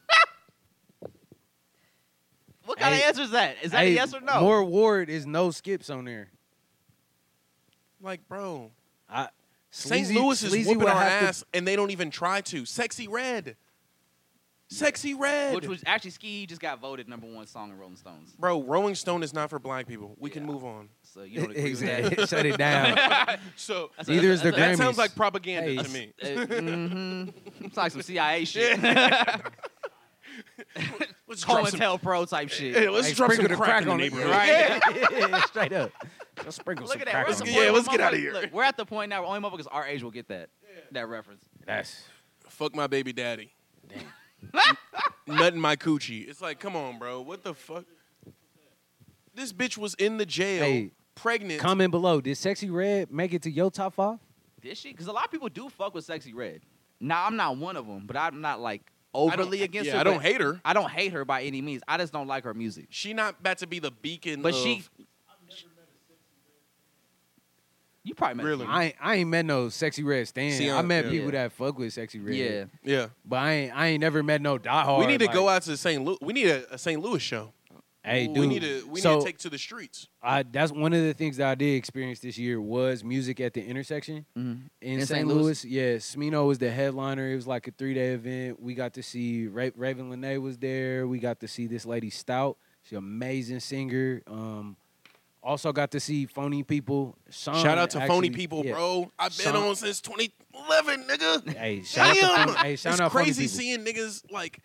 S3: What kind
S5: Hey.
S3: of answer is that? Is that
S5: Hey,
S3: a yes or no?
S5: More Ward is no skips on there.
S6: like, bro.
S5: I,
S6: St.
S5: Sleazy-
S6: Louis is
S5: Sleazy
S6: whooping
S5: would
S6: our
S5: have to-
S6: ass, and they don't even try to. Sexy Red. Sexy Red.
S3: Which was actually Ski just got voted number one song in Rolling Stones.
S6: bro, Rolling Stone is not for black people. We can
S3: Yeah.
S6: move on.
S3: So you don't agree with
S5: exactly. Shut it down.
S3: that?
S6: So
S3: That's a-
S5: Neither is the
S3: that's a-
S5: Grammys.
S6: that sounds like propaganda
S5: Hey.
S6: to me.
S3: hmm Uh, It's like some CIA shit.
S6: Let's drop some,
S3: COINTELPRO type shit.
S6: hey, let's
S5: Hey,
S6: drop some
S5: sprinkle
S6: crack,
S5: the crack
S6: in the
S5: on it,
S6: neighborhood.
S3: right?
S5: yeah, straight up. Just sprinkle
S3: Look
S5: some
S3: at that.
S5: crack
S3: We're
S5: on
S3: at the
S5: it.
S6: Yeah,
S3: point where
S6: let's get outta
S3: motherfuckers-
S6: here.
S3: Look, we're at the point now where only motherfuckers our age will get that. That reference.
S5: That's
S6: Fuck my baby daddy. Nutting my coochie. It's like, come on, bro. What the fuck? This bitch was in the jail,
S5: Hey,
S6: pregnant.
S5: comment below. Did Sexy Red make it to your top five?
S3: This shit, because a lot of people do fuck with Sexy Red. Now I'm not one of them, but I'm not like overly against
S6: yeah,
S3: her.
S6: I don't
S3: but
S6: hate her.
S3: I don't hate her by any means. I just don't like her music.
S6: She not about to be the beacon.
S3: But
S6: of-
S3: she. You probably met
S6: Really?
S3: some.
S5: I ain't, I ain't met no Sexy Red stand.
S6: See,
S5: I met
S6: yeah.
S5: people that fuck with Sexy Red.
S3: Yeah.
S6: yeah.
S5: But I ain't, I ain't never met no diehard.
S6: we need to
S5: like,
S6: go out to St. Louis. We need a, a St. Louis show.
S5: Hey, dude.
S6: we need to we
S5: so
S6: need to take to the streets.
S5: I, that's one of the things that I did experience this year was music at the intersection.
S3: Mhm.
S5: in,
S3: In
S5: St.
S3: St.
S5: Louis.
S3: Louis?
S5: Yeah, Smino was the headliner. It was like a three day event. We got to see Ra- Raven Lene was there. We got to see this lady Stout. She's an amazing singer. Um, also got to see Phony People. Sean
S6: Shout out to phony
S5: actually-
S6: people,
S5: yeah.
S6: bro. I've been
S5: Sean-
S6: on since 2011, nigga.
S5: Hey, shout out
S6: Damn.
S5: to phony, hey, shout
S6: it's
S5: out Phony
S6: crazy
S5: People.
S6: seeing niggas like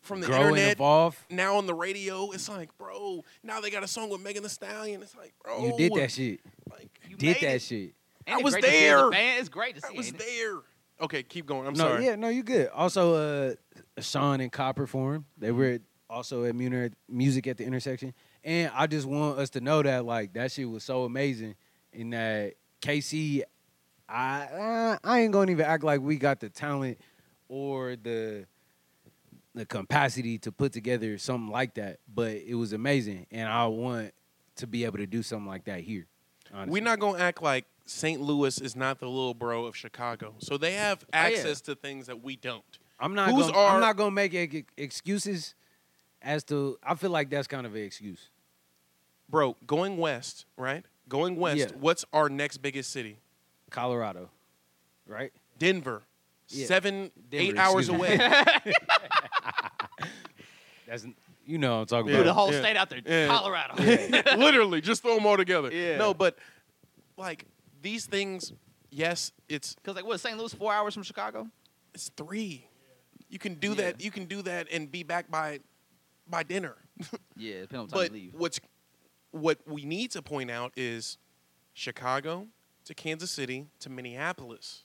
S6: from the
S5: Grow and
S6: internet
S5: evolve.
S6: now on the radio. It's like, bro, now they got a song with Megan The Stallion. It's like, bro,
S5: You did that shit.
S6: Like,
S3: You
S5: Did
S3: made
S5: that
S3: it.
S5: shit.
S3: Ain't
S6: I
S3: it
S6: was
S3: great to see as a
S6: there.
S3: fan? It's great to see.
S6: I was
S3: ain't it?
S6: there. Okay, keep going. I'm
S5: no,
S6: sorry.
S5: yeah, no, you good. Also, uh, Sean and Copper formed.
S6: Mm-hmm.
S5: They were at- also at Muner Music at the intersection, and I just want us to know that like that shit was so amazing, and that KC, I uh, I ain't gonna even act like we got the talent or the the capacity to put together something like that, but it was amazing, and I want to be able to do something like that here. honestly.
S6: We're not gonna act like St. Louis is not the little bro of Chicago. So they
S5: Oh,
S6: have
S3: yeah.
S6: access to things that we don't.
S5: I'm not.
S6: Who's
S5: gonna,
S6: our-
S5: I'm not gonna make ex- excuses as to. I feel like that's kind of an excuse.
S6: Bro, going west, right? Going west,
S5: Yeah.
S6: what's our next biggest city?
S5: Colorado, right?
S6: Denver.
S5: Yeah.
S6: Seven,
S5: Denver,
S6: eight hours
S5: excuse me.
S6: away.
S5: That's you know what I'm talking
S6: Yeah.
S3: Threw
S5: about.
S3: the whole
S6: yeah.
S3: state out there,
S6: Yeah.
S3: Colorado.
S6: Literally, just throw them all together.
S3: Yeah.
S6: No, but like these things, yes, it's
S3: Because like, what St. Louis four hours from Chicago?
S6: it's three. You can do
S3: Yeah.
S6: that. You can do that and be back by by dinner.
S3: Yeah, depending on time
S6: But
S3: you leave.
S6: what's what we need to point out is Chicago to Kansas City to Minneapolis.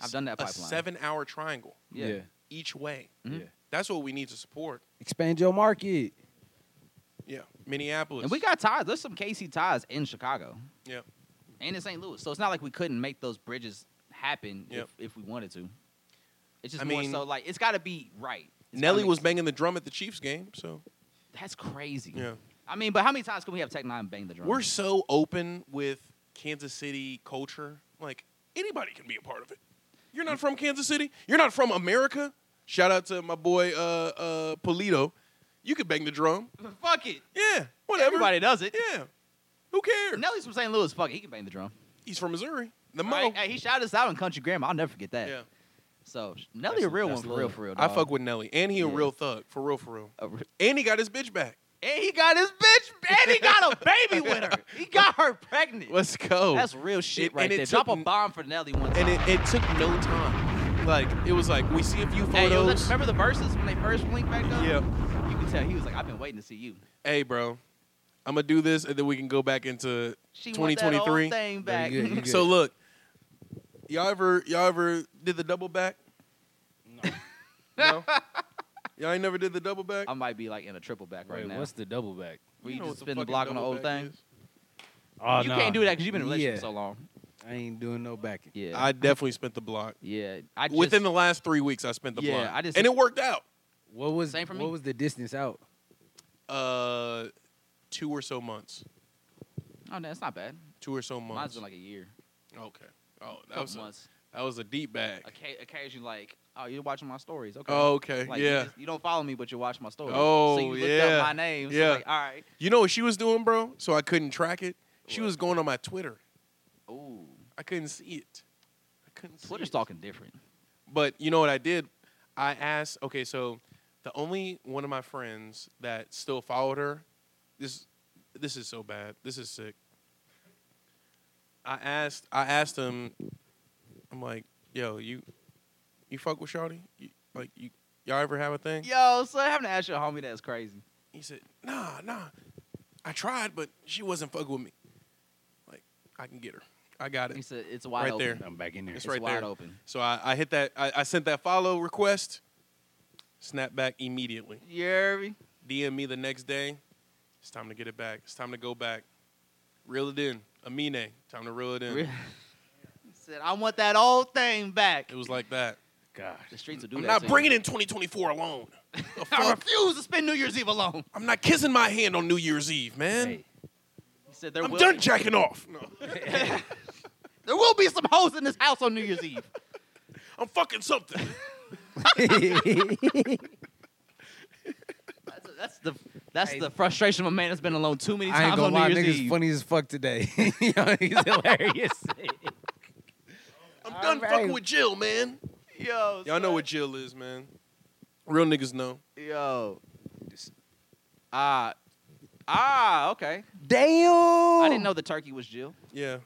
S3: I've done that
S6: A
S3: pipeline.
S6: seven-hour triangle
S3: Yeah.
S6: each way.
S3: Mhm.
S5: Yeah.
S6: That's what we need to support.
S5: Expand your market.
S6: Yeah, Minneapolis.
S3: And we got ties. There's some KC ties in Chicago
S6: yeah.
S3: and in St. Louis. So it's not like we couldn't make those bridges happen
S6: Yep.
S3: if, if we wanted to. It's just
S6: I
S3: more
S6: mean-
S3: so like it's got to be right. It's
S6: Nelly
S3: gotta
S6: was
S3: make-
S6: banging the drum at the Chiefs game, so
S3: That's crazy.
S6: yeah.
S3: I mean, but how many times can we have Tech Nine bang the drum?
S6: We're so open with Kansas City culture. Like anybody can be a part of it. You're not from Kansas City. You're not from America. Shout out to my boy uh, uh, Polito. You could bang the drum.
S3: Fuck it.
S6: Yeah, whatever.
S3: Everybody does it.
S6: Yeah. Who cares?
S3: Nelly's from St. Louis. Fuck it. He can bang the drum.
S6: He's from Missouri. The Mo.
S3: Right? Hey, he shouted us out on Country Grandma. I'll never forget that.
S6: Yeah.
S3: So Nelly a
S5: That's-
S3: real one
S5: that's
S3: for real
S5: love.
S3: for real.
S6: I
S3: dog.
S6: fuck with Nelly, and he a
S3: Yeah.
S6: real thug, for real, for real.
S3: A re-
S6: And he got his bitch back.
S3: And he got his bitch. And he got a baby with her. He got her pregnant.
S6: Let's go.
S3: That's real shit
S6: Oh. And-
S3: right
S6: and it
S3: there.
S6: took
S3: Drop a
S6: n-
S3: bomb for Nelly one time.
S6: and it, it took no time. Like it was like we see a few
S3: Hey, yo, look,
S6: photos.
S3: remember the verses when they first linked back up?
S6: yeah.
S3: You can tell he was like, I've been waiting to see you.
S6: Hey, bro, I'm gonna do this, and then we can go back into
S3: She want that
S6: 2023.
S3: whole thing back.
S5: good, you good.
S6: So look, y'all ever y'all ever did the double back? No. Y'all ain't never did the double back.
S3: I might be like in a triple back right
S5: Wait,
S3: now.
S5: what's the double back?
S3: Where you,
S6: know
S3: just
S6: what
S3: spin the
S6: fucking
S3: block on the
S6: double
S3: old
S6: back
S3: thing?
S6: is.
S5: Oh,
S3: you
S5: nah.
S3: can't do that because you've been in a relationship
S5: Yeah.
S3: so long.
S5: I ain't doing no backing.
S3: Yeah.
S6: I definitely spent the block.
S3: yeah. I just,
S6: Within the last three weeks, I spent the
S3: Yeah,
S6: block.
S3: I just-
S6: and it worked out.
S5: What was
S3: Same for me.
S5: what was the distance out?
S6: Uh, two or so months.
S3: Oh, no, it's not bad.
S6: Two or so months.
S3: Mine's been like a year.
S6: okay. Oh, that
S3: couple
S6: was a,
S3: months.
S6: that was a deep bag.
S3: Occa- occasionally, like, oh, you're watching my stories. Okay.
S6: Oh, okay.
S3: Like, You,
S6: yeah.
S3: just- you don't follow me, but you watch my stories.
S6: Oh,
S3: so you looked
S6: yeah.
S3: up my name. So
S6: Yeah.
S3: Like, all right.
S6: You know what she was doing, bro? So I couldn't track it. She was going on my Twitter.
S3: Ooh,
S6: I couldn't see it. I couldn't see
S3: Twitter's
S6: it.
S3: talking different.
S6: But you know what I did? I asked, okay, so the only one of my friends that still followed her, this this is so bad. This is sick. I asked I asked him, I'm like, yo, you you fuck with Shawty? You, like you y'all ever have a thing?
S3: Yo, so having to ask your homie that's crazy.
S6: He said, "Nah, nah, I tried, but she wasn't fucking with me. Like, I can get her. I got
S3: He
S6: it.
S3: said it's wide
S6: Right
S3: open.
S6: there.
S5: I'm back in there.
S6: It's
S3: It's
S6: right
S3: wide
S6: there.
S3: open.
S6: So I, I hit that. I, I sent that follow request. Snap back immediately.
S3: You hear me?
S6: DM me the next day. It's time to get it back. It's time to go back. Reel it in. Amine. Time to reel it in.
S3: Re- said I want that old thing back.
S6: It was like that.
S5: God.
S3: The streets will do
S6: I'm
S3: that.
S6: not
S3: to you.
S6: bringing in 2024 alone. The
S3: I
S6: fuck?
S3: refuse to spend New Year's Eve alone.
S6: I'm not kissing my hand on New Year's Eve, man.
S5: Hey,
S3: He said there
S6: I'm
S3: will
S6: done
S3: Be,
S6: jacking off. No.
S3: there will be some hoes in this house on New Year's Eve.
S6: I'm fucking something.
S3: That's, that's the that's
S5: Hey.
S3: the frustration of a man that's been alone too many
S5: I ain't
S3: times on
S5: gonna
S3: New
S5: lie,
S3: Year's
S5: niggas
S3: Eve.
S5: funny as fuck today. Yo, he's hilarious.
S6: I'm done fucking with Jill, man.
S3: Yo,
S6: Y'all know
S3: son.
S6: what Jill is, man. Real niggas know.
S3: Yo. Ah. ah. Okay.
S5: Damn.
S3: I didn't know the turkey was Jill.
S6: Yeah,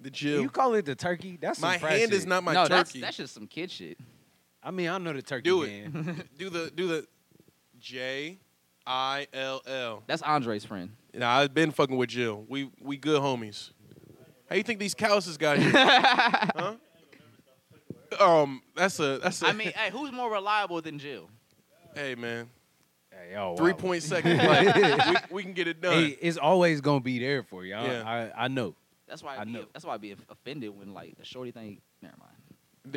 S6: the Jill.
S5: You call it the turkey? That's
S6: my
S5: some fried
S6: hand is
S5: shit.
S6: not my
S3: no, that's
S6: turkey.
S3: that's just some kid shit.
S5: I mean, I know the turkey.
S6: Do it.
S5: hand.
S6: do the do the J I L L.
S3: That's Andre's friend.
S6: Nah, I've been fucking with Jill. We we good homies. How you think these calluses got here?
S3: I
S6: huh? Um, that's a that's a.
S3: mean, hey, who's more reliable than Jill?
S6: hey man,
S5: Hey, y'all
S6: three
S5: wild.
S6: point second. Like, we, we can get it done.
S5: Hey, it's always gonna be there for y'all.
S6: Yeah.
S5: I, I know.
S3: That's why
S5: I
S3: I be,
S5: know.
S3: That's why I'd be offended when like the shorty thing. Never mind.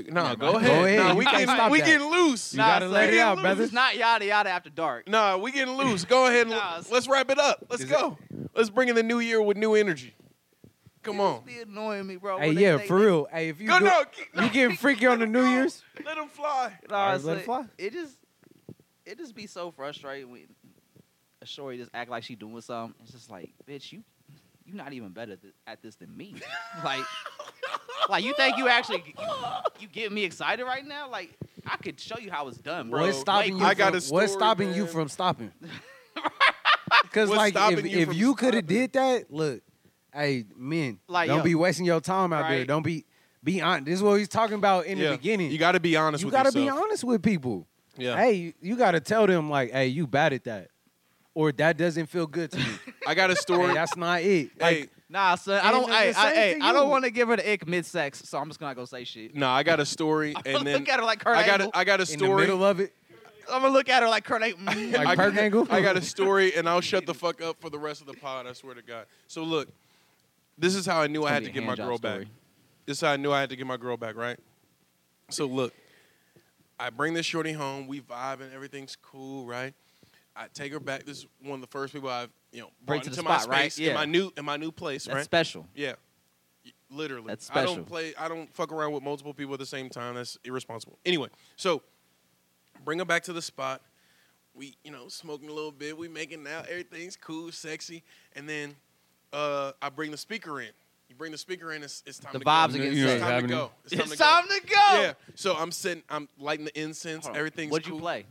S6: D- Nah,
S5: Never
S6: go
S5: mind.
S6: ahead.
S5: Go ahead.
S6: Nah,
S5: You
S6: we
S5: can't
S6: getting
S5: stop
S6: we
S5: that.
S6: getting loose.
S5: You gotta
S3: son,
S5: let it
S3: we
S5: out,
S3: lose.
S5: brother.
S3: It's not yada yada after dark.
S6: Nah, we getting loose. Go ahead. And
S3: Nah,
S6: l- let's wrap it up. Let's
S5: Is
S6: go. Let's bring in the new year with new energy. Come on.
S3: Niggas Be annoying me, bro.
S5: Hey,
S3: when they-
S5: yeah,
S3: they-
S5: for
S3: they-
S5: real. Hey, if you
S6: Go
S5: do-
S6: no, keep-
S5: you getting freaky on the New Year's,
S6: let him fly.
S3: Nah,
S5: All right, let
S3: son,
S5: it fly.
S3: It just, it just be so frustrating when a shorty just act like she doing something. It's just like, bitch, you, you not even better th- at this than me. like, like you think you actually, you, you getting me excited right now? Like, I could show you how it's done, bro.
S5: what's stopping
S3: Like,
S5: you?
S6: I
S5: from,
S6: got a story,
S5: what's stopping you
S6: man.
S5: from stopping? Because
S6: What's
S5: like, if
S6: stopping you
S5: you,
S6: from
S5: if you could have
S6: stopping?
S5: did that, look, hey, men,
S3: Like,
S5: don't
S3: yo.
S5: be wasting your time out there.
S3: Right.
S5: Don't be be honest. This is what he's talking about in
S6: Yeah,
S5: the beginning.
S6: You got to be honest
S5: You
S6: with
S5: gotta
S6: yourself.
S5: be honest with people.
S6: Yeah.
S5: Hey, you- you got to tell them like, hey, you bad at that, or that doesn't feel good to me.
S6: I got a story.
S5: hey, that's not it. Like,
S6: Hey,
S3: Nah, son, I
S5: And
S3: don't.
S5: it's
S3: I,
S5: the
S3: I,
S5: same
S3: hey,
S5: to
S3: I don't
S5: you.
S3: want to give her the ick mid sex, so I'm just gonna go say shit.
S6: no, I got a story, and then
S3: look at her like Kurt
S6: I got
S3: Angle.
S6: a, I got a
S5: in the
S6: story.
S5: middle of it,
S3: I'm gonna look at her like Kurt Angle.
S5: like
S6: I,
S5: Kurt Angle.
S6: I got a story, and I'll shut the fuck up for the rest of the pod. I swear to God. So look, this is how I knew I had to get my girl back. This is how I knew I had to get my girl back, right? So look, I bring this shorty home. We vibing, everything's cool, right? I take her back. This is one of the first people I've you know
S3: Bring
S6: brought
S3: to
S6: into
S3: the
S6: my
S3: spot, right?
S6: space
S3: Yeah.
S6: in my new in my new place,
S3: That's
S6: right?
S3: special.
S6: Yeah. Literally.
S3: That's
S6: I
S3: special.
S6: don't play I don't fuck around with multiple people at the same time. That's irresponsible. Anyway, so bring her back to the spot. We, you know, smoking a little bit, we making out, everything's cool, sexy, and then uh, I bring the speaker in. You bring the speaker in, it's, it's time
S3: The vibes
S6: to go.
S3: are getting
S6: it's
S5: set.
S6: time to go.
S3: It's time to go.
S6: Yeah. So I'm sitting I'm lighting the incense,
S3: Hold on.
S6: everything's
S3: What'd
S6: cool.
S3: you play?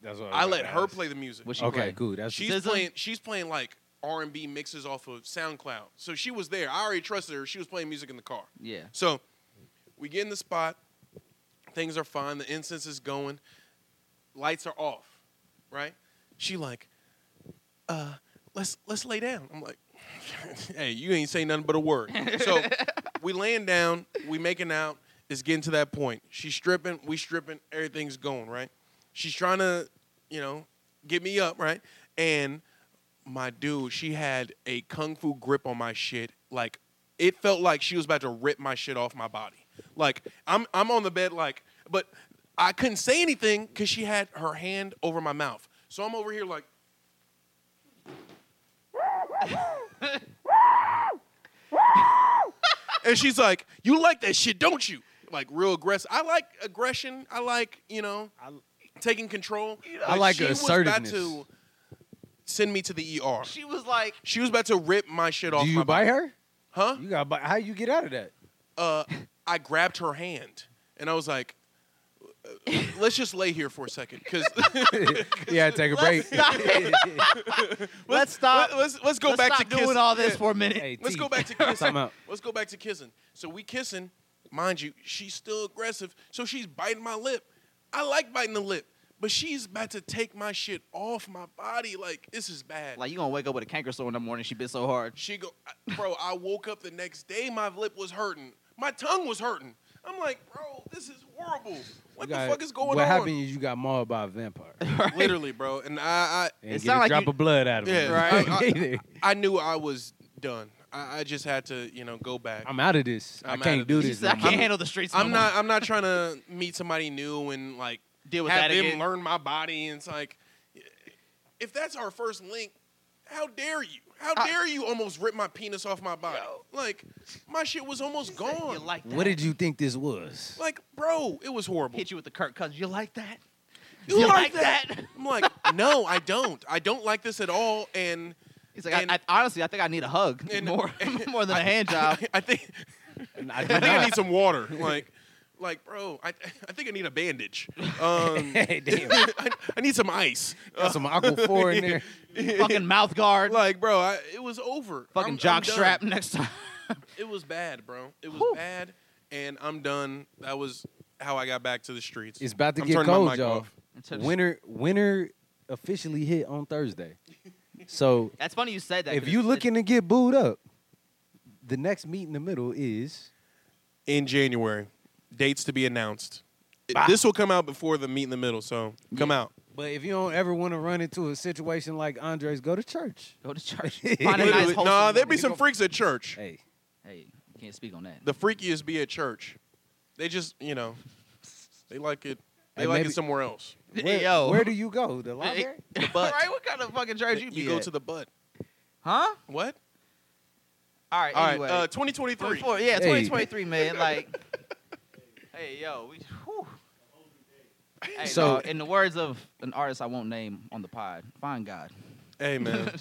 S5: That's what
S6: I
S5: was
S6: let
S5: about to
S6: her
S5: ask.
S6: play the music.
S3: What she
S5: Okay,
S3: play?
S5: cool. That's
S6: She's
S3: SZA?
S6: playing. She's playing like R and B mixes off of SoundCloud. So she was there. I already trusted her. She was playing music in the car.
S3: Yeah.
S6: So we get in the spot. Things are fine. The incense is going. Lights are off. Right? She like, uh, let's let's lay down. I'm like, hey, you ain't saying nothing but a word. So we laying down. We making out. It's getting to that point. She's stripping. We stripping. Everything's going right. She's trying to, you know, get me up right. And my dude, she had a kung fu grip on my shit. Like it felt like she was about to rip my shit off my body. Like I'm I'm on the bed like but I couldn't say anything cuz she had her hand over my mouth. So I'm over here like And she's like, "You like that shit, don't you?" Like real aggressive. I like aggression. I like, you know, taking control.
S5: I like
S6: she
S5: assertiveness.
S6: Was about to send me to the ER.
S3: She was like,
S6: She was about to rip my shit off
S5: Do
S6: my
S5: you
S6: body.
S5: bite her?
S6: Huh?
S5: You got bite. How you get out of that?
S6: Uh, I grabbed her hand and I was like, uh, "Let's just lay here for a second, because
S5: yeah, take a break.
S3: let's stop. let's stop.
S6: Let's let's go
S3: Let's
S6: back
S3: stop
S6: to
S3: doing
S6: kissing.
S3: all this
S6: Yeah.
S3: for E a minute.
S5: Hey,
S6: Let's
S5: T,
S6: go back to kissing.
S5: time out.
S6: Let's go back to kissing. So we kissing, mind you, she's still aggressive. So she's biting my lip. I like biting the lip, but she's about to take my shit off my body. Like this is bad.
S3: Like you gonna wake up with a canker sore in the morning? She bit so hard.
S6: She go, I- bro. I woke up the next day. My lip was hurting. My tongue was hurting. I'm like, bro, this is horrible. What the
S5: You got-
S6: fuck is going
S5: What
S6: on?
S5: happened is you got mauled by a vampire. And
S6: Literally, bro. And I,
S5: get
S3: sound
S5: a
S3: like
S5: drop
S3: you-
S5: of blood out of
S6: Yeah,
S5: it.
S6: right. I-
S5: Either.
S6: I, I knew I was done. I, I just had to, you know, go back.
S5: I'm out of this. I
S6: I'm
S5: can't
S6: outta
S5: do
S3: She
S5: this.
S3: said, I
S5: no
S3: can't
S5: more.
S3: handle the streets. no
S6: I'm
S3: more."
S6: not. I'm not trying to meet somebody new and like
S3: Deal with
S6: have
S3: that
S6: them
S3: again.
S6: learn my body. And it's like, if that's our first link, how dare you? How
S3: I-
S6: dare you almost rip my penis off my body? Like, my shit was almost gone.
S3: You like that?
S5: What did you think this was?
S6: Like, bro, it was horrible.
S3: hit you with the Kirk Cousins? You like that?
S6: You like
S3: that?
S6: I'm like, no, I don't. I don't like this at all. And
S3: He's like, I-
S6: And-
S3: I, honestly, I think I need a hug
S6: and-
S3: more,
S6: and-
S3: more than a hand job.
S6: I think
S5: I do
S6: I think I
S5: not.
S6: need some water. Like, like, bro, I I think I need a bandage. Um,
S5: Damn,
S6: I, I need some ice. Uh,
S5: got some aqua four in there.
S3: fucking mouth guard.
S6: Like, bro, I, it was over.
S3: fucking
S6: I'm- I'm
S3: jock
S6: done.
S3: strap next time.
S6: It was bad, bro. It was
S3: Whew.
S6: bad, and I'm done. That was how I got back to the streets.
S5: It's about to
S6: I'm
S5: get
S6: turning my
S5: cold,
S6: mic
S5: y'all.
S6: off.
S5: Winter, winter officially hit on Thursday. So
S3: That's funny you said that.
S5: if
S3: 'cause
S5: you
S3: it's-
S5: looking to get booed up, the next meet in the middle is
S6: in January. Dates to be announced. It- This will come out before the meet in the middle, so come out.
S5: But if you don't ever want to run into a situation like Andres, go to church.
S3: go to church, find a
S5: Literally,
S3: nice
S6: Literally-
S3: wholesome
S6: nah, there'd be
S3: woman.
S6: some freaks at church.
S5: Hey,
S3: Hey, you can't speak on that.
S6: The freakiest be at church. They just, you know, they like it. They
S5: Hey,
S6: like
S5: maybe-
S6: it somewhere else.
S5: where,
S3: Yo.
S5: where do you go? The library?
S3: right? What kind of fucking church you,
S6: You
S3: be
S6: go
S3: at?
S6: to the butt.
S3: huh?
S6: What?
S3: All right.
S6: All right,
S3: anyway,
S6: uh, 2023.
S3: Before- yeah,
S5: Hey.
S3: 2023, man. Like, hey, yo, we. Whew. Hey,
S5: So-
S3: dog, in the words of an artist I won't name on the pod, find God.
S6: Hey man,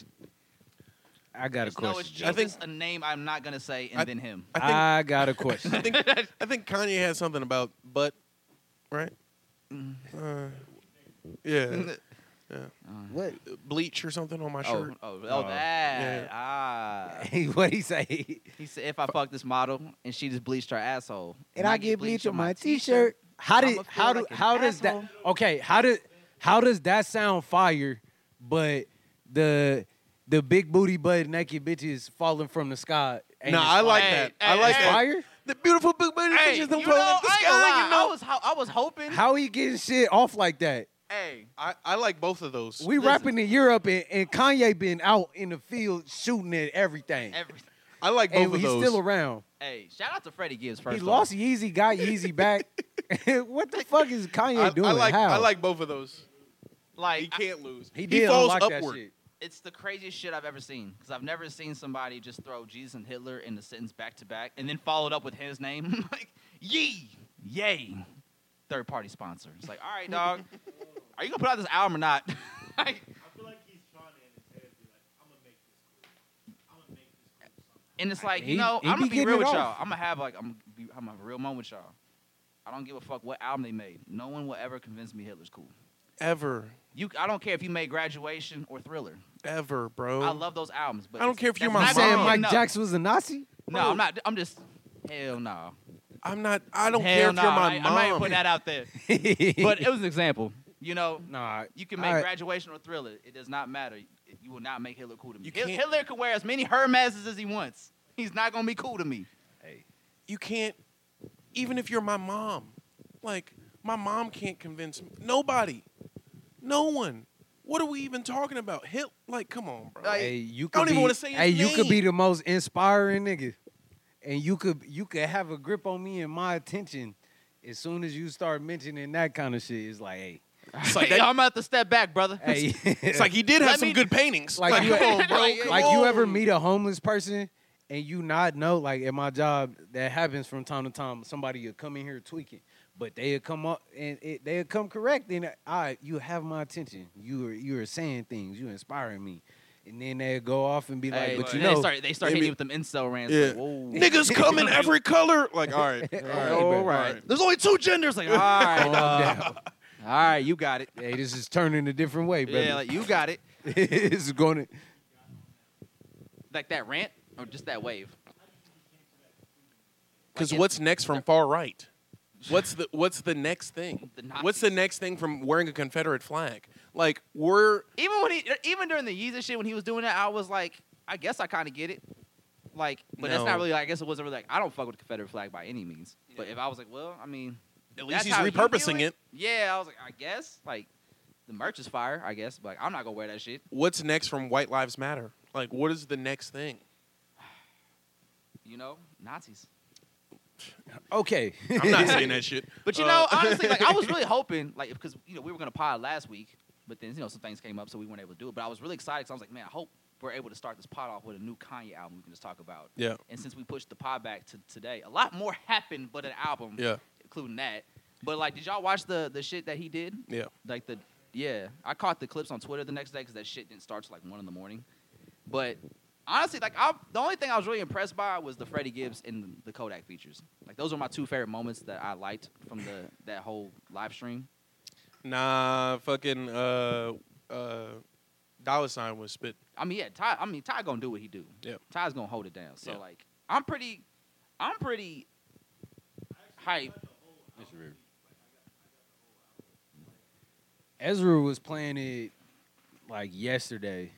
S5: I got a
S3: Just know it's
S5: question.
S3: Jesus,
S6: I think-
S3: a name I'm not gonna say, and
S6: I-
S3: then him.
S6: I think
S5: I got a
S6: I
S5: Ah, question.
S6: think I think Kanye had something about butt, right?
S5: Mm-hmm.
S6: Uh, yeah,
S5: what?
S6: bleach or something on my
S3: Oh,
S6: shirt.
S3: Uh-huh. oh, oh,
S5: Mm-hmm. Oh,
S3: that.
S6: yeah.
S3: Ah.
S5: Hey, what he say?
S3: He said, if I fuck this model and she just bleached her asshole,
S5: And I
S3: just
S5: get
S3: bleach
S5: bleach on my T-shirt. How
S3: I'ma
S5: did?
S3: feel
S5: How do?
S3: like an
S5: how does that?
S3: asshole.
S5: Okay. How did? How does that sound fire? But the the big booty butt naked bitches falling from the sky. ain't
S6: Nah,
S5: as
S6: I like
S5: fire?
S6: that.
S3: Hey,
S6: I
S3: hey,
S6: like
S3: hey.
S6: that.
S5: fire.
S6: The beautiful big booty
S3: Hey, you
S6: bitches
S3: know,
S6: don't
S3: I, ain't
S6: fall
S3: gonna
S6: out the sky, you
S3: lie. I
S6: know.
S3: was, ho- I was hoping.
S5: How he getting shit off like that?
S3: hey,
S6: I, I like both of those.
S5: We
S3: Listen.
S5: rapping in Europe and, and Kanye been out in the field shooting at everything.
S3: everything.
S6: I like both
S5: and
S6: of
S5: he's
S6: those.
S5: still around.
S3: Hey, shout out to Freddie Gibbs first.
S5: he
S3: off.
S5: lost Yeezy, got Yeezy back. what the fuck is Kanye
S6: I,
S5: doing?
S6: I like
S5: How?
S6: I like both of those.
S3: Like,
S6: He can't lose.
S5: he did
S6: falls
S5: unlock
S6: upward.
S5: that shit.
S3: it's the craziest shit I've ever seen because I've never seen somebody just throw Jesus and Hitler in the sentence back to back and then followed up with his name like yee yay third party sponsor. It's like all right, dog, are you gonna put out this album or not? Like,
S7: feel like he's trying to entertain you. Like, I'm gonna make this cool. I'm gonna make this cool.
S3: and it's like you
S5: He-
S3: know
S5: he
S3: I'm
S5: be
S3: gonna be
S5: getting
S3: real
S5: it
S3: with
S5: off.
S3: y'all. I'm gonna have like I'm gonna be, I'm gonna have a real moment with y'all. I don't give a fuck what album they made. No one will ever convince me Hitler's cool.
S6: Ever,
S3: You, I don't care if you made Graduation or Thriller.
S6: ever, bro.
S3: I love those albums, but
S6: I don't
S3: it's-
S6: care if you're
S3: that's
S6: my
S3: not
S6: mom.
S5: You saying
S3: good
S5: Mike
S3: enough.
S5: Jackson was a Nazi?
S3: No, I'm not. I'm just hell no.
S6: I'm not. I don't
S3: hell
S6: care if
S3: no.
S6: you're my
S3: I,
S6: mom.
S3: I'm not even putting that out there. but it was an example. You know,
S5: nah,
S3: you can make
S5: All right.
S3: graduation or thriller. It does not matter. You will not make Hitler cool to me.
S6: You
S3: Hit-
S6: can't-
S3: Hitler can wear as many Hermeses as he wants. He's not gonna be cool to me.
S6: you can't. Even if you're my mom, like my mom can't convince me. Nobody, no one. What are we even talking about? Hit like, come on, bro.
S3: Like,
S5: hey, you could
S6: I don't even
S5: be,
S6: wanna say his
S5: Hey, you could be
S6: name.
S5: the most inspiring nigga, and you could you could have a grip on me and my attention. As soon as you start mentioning that kind of shit, it's like, hey,
S6: It's like that-
S3: I'm about to step back, brother.
S5: hey,
S6: It's like he did have
S3: Let
S6: some
S3: me-
S6: good paintings.
S5: Like
S6: Like,
S5: you-
S6: come on, bro.
S3: like-
S6: come
S5: like you ever
S6: on.
S5: meet a homeless person and you not know like at my job that happens from time to time somebody will come in here tweaking but they'll come up and it, they'll come correct and I you have my attention you are you are saying things you inspiring me and then they'll go off and be like
S3: Hey,
S5: but you
S3: they
S5: know
S3: start they start
S6: maybe-
S3: hitting you with them incel rants.
S6: Yeah.
S3: Like, whoa.
S6: Niggas come in every color. Like, all right, all right,
S5: bro.
S6: all right.
S3: There's only two genders. Like, all right, uh,
S5: calm
S3: dog.
S5: down.
S3: all right, you got it.
S5: hey this is turning a different way brother
S3: Yeah, like you got it.
S5: this is going to
S3: Like that rant or just that wave.
S6: Because
S3: Like it-
S6: what's next from far right? What's the what's the next thing?
S3: The
S6: what's the
S3: Nazis.
S6: next thing from wearing a Confederate flag? Like we're
S3: even when he even during the Yeezus shit when he was doing that, I was like, I guess I kind of get it. Like, but that's
S6: No.
S3: not really. I guess it wasn't really like I don't fuck with the Confederate flag by any means. But if I was like, well, I mean,
S6: at least
S3: that's
S6: he's
S3: how you
S6: repurposing
S3: do
S6: it.
S3: Yeah, I was like, I guess like the merch is fire. I guess, but like, I'm not gonna wear that shit.
S6: What's next from White Lives Matter? Like what is the next thing?
S3: You know, Nazis.
S5: okay
S6: I'm not saying that shit.
S3: But you
S6: Uh,
S3: know, honestly, like I was really hoping, like, because you know we were gonna pod last week, but then you know some things came up, so we weren't able to do it. But I was really excited because I was like, man, I hope we're able to start this pod off with a new Kanye album we can just talk about.
S6: Yeah,
S3: And since we pushed the pod back to today, a lot more happened, but an album,
S6: yeah,
S3: including that. But like, did y'all watch the the shit that he did?
S6: yeah.
S3: Like the yeah, I caught the clips on Twitter the next day because that shit didn't start till like one in the morning. But honestly, like I, the only thing I was really impressed by was the Freddie Gibbs and the Kodak features. Like those were my two favorite moments that I liked from the that whole live stream.
S6: Nah, fucking uh uh dollar sign was spit.
S3: I mean, yeah, Ty. I mean, Ty gonna do what he do.
S6: Yeah.
S3: Ty's gonna hold it down. So
S6: Yeah.
S3: like, I'm pretty, I'm pretty hype.
S5: Ezra was playing it like yesterday.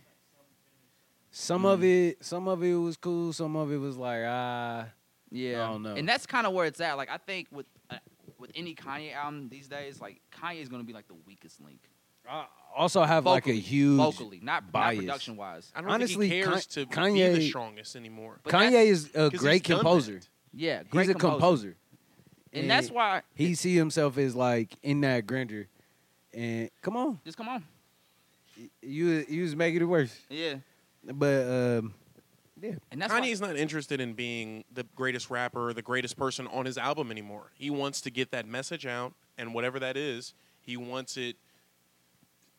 S5: Some of
S6: Mm-hmm.
S5: it, some of it was cool. Some of it was like, ah,
S3: Yeah,
S5: don't know.
S3: And that's kind of where it's at. Like I think with uh, with any Kanye album these days, like Kanye's gonna be like the weakest link
S5: I
S6: Ah,
S5: also have like a
S3: Vocally,
S5: huge.
S3: vocally, not, not
S5: bias.
S3: production wise.
S6: I don't
S5: Honestly,
S6: think he cares
S5: Kan-
S6: to be the
S5: Kanye-
S6: strongest anymore.
S3: But
S5: Kanye
S3: that's-
S5: is a
S6: 'Cause
S5: great
S6: he's done
S5: composer.
S6: that.
S3: Yeah, great
S5: He's a composer.
S3: and that's why
S5: he see himself as like in that grandeur. And come on,
S3: just come on.
S5: you you was making it worse.
S3: Yeah,
S5: But um,
S3: and that's
S6: Kanye's not interested in being the greatest rapper, the greatest person on his album anymore. He wants to get that message out, and whatever that is, he wants it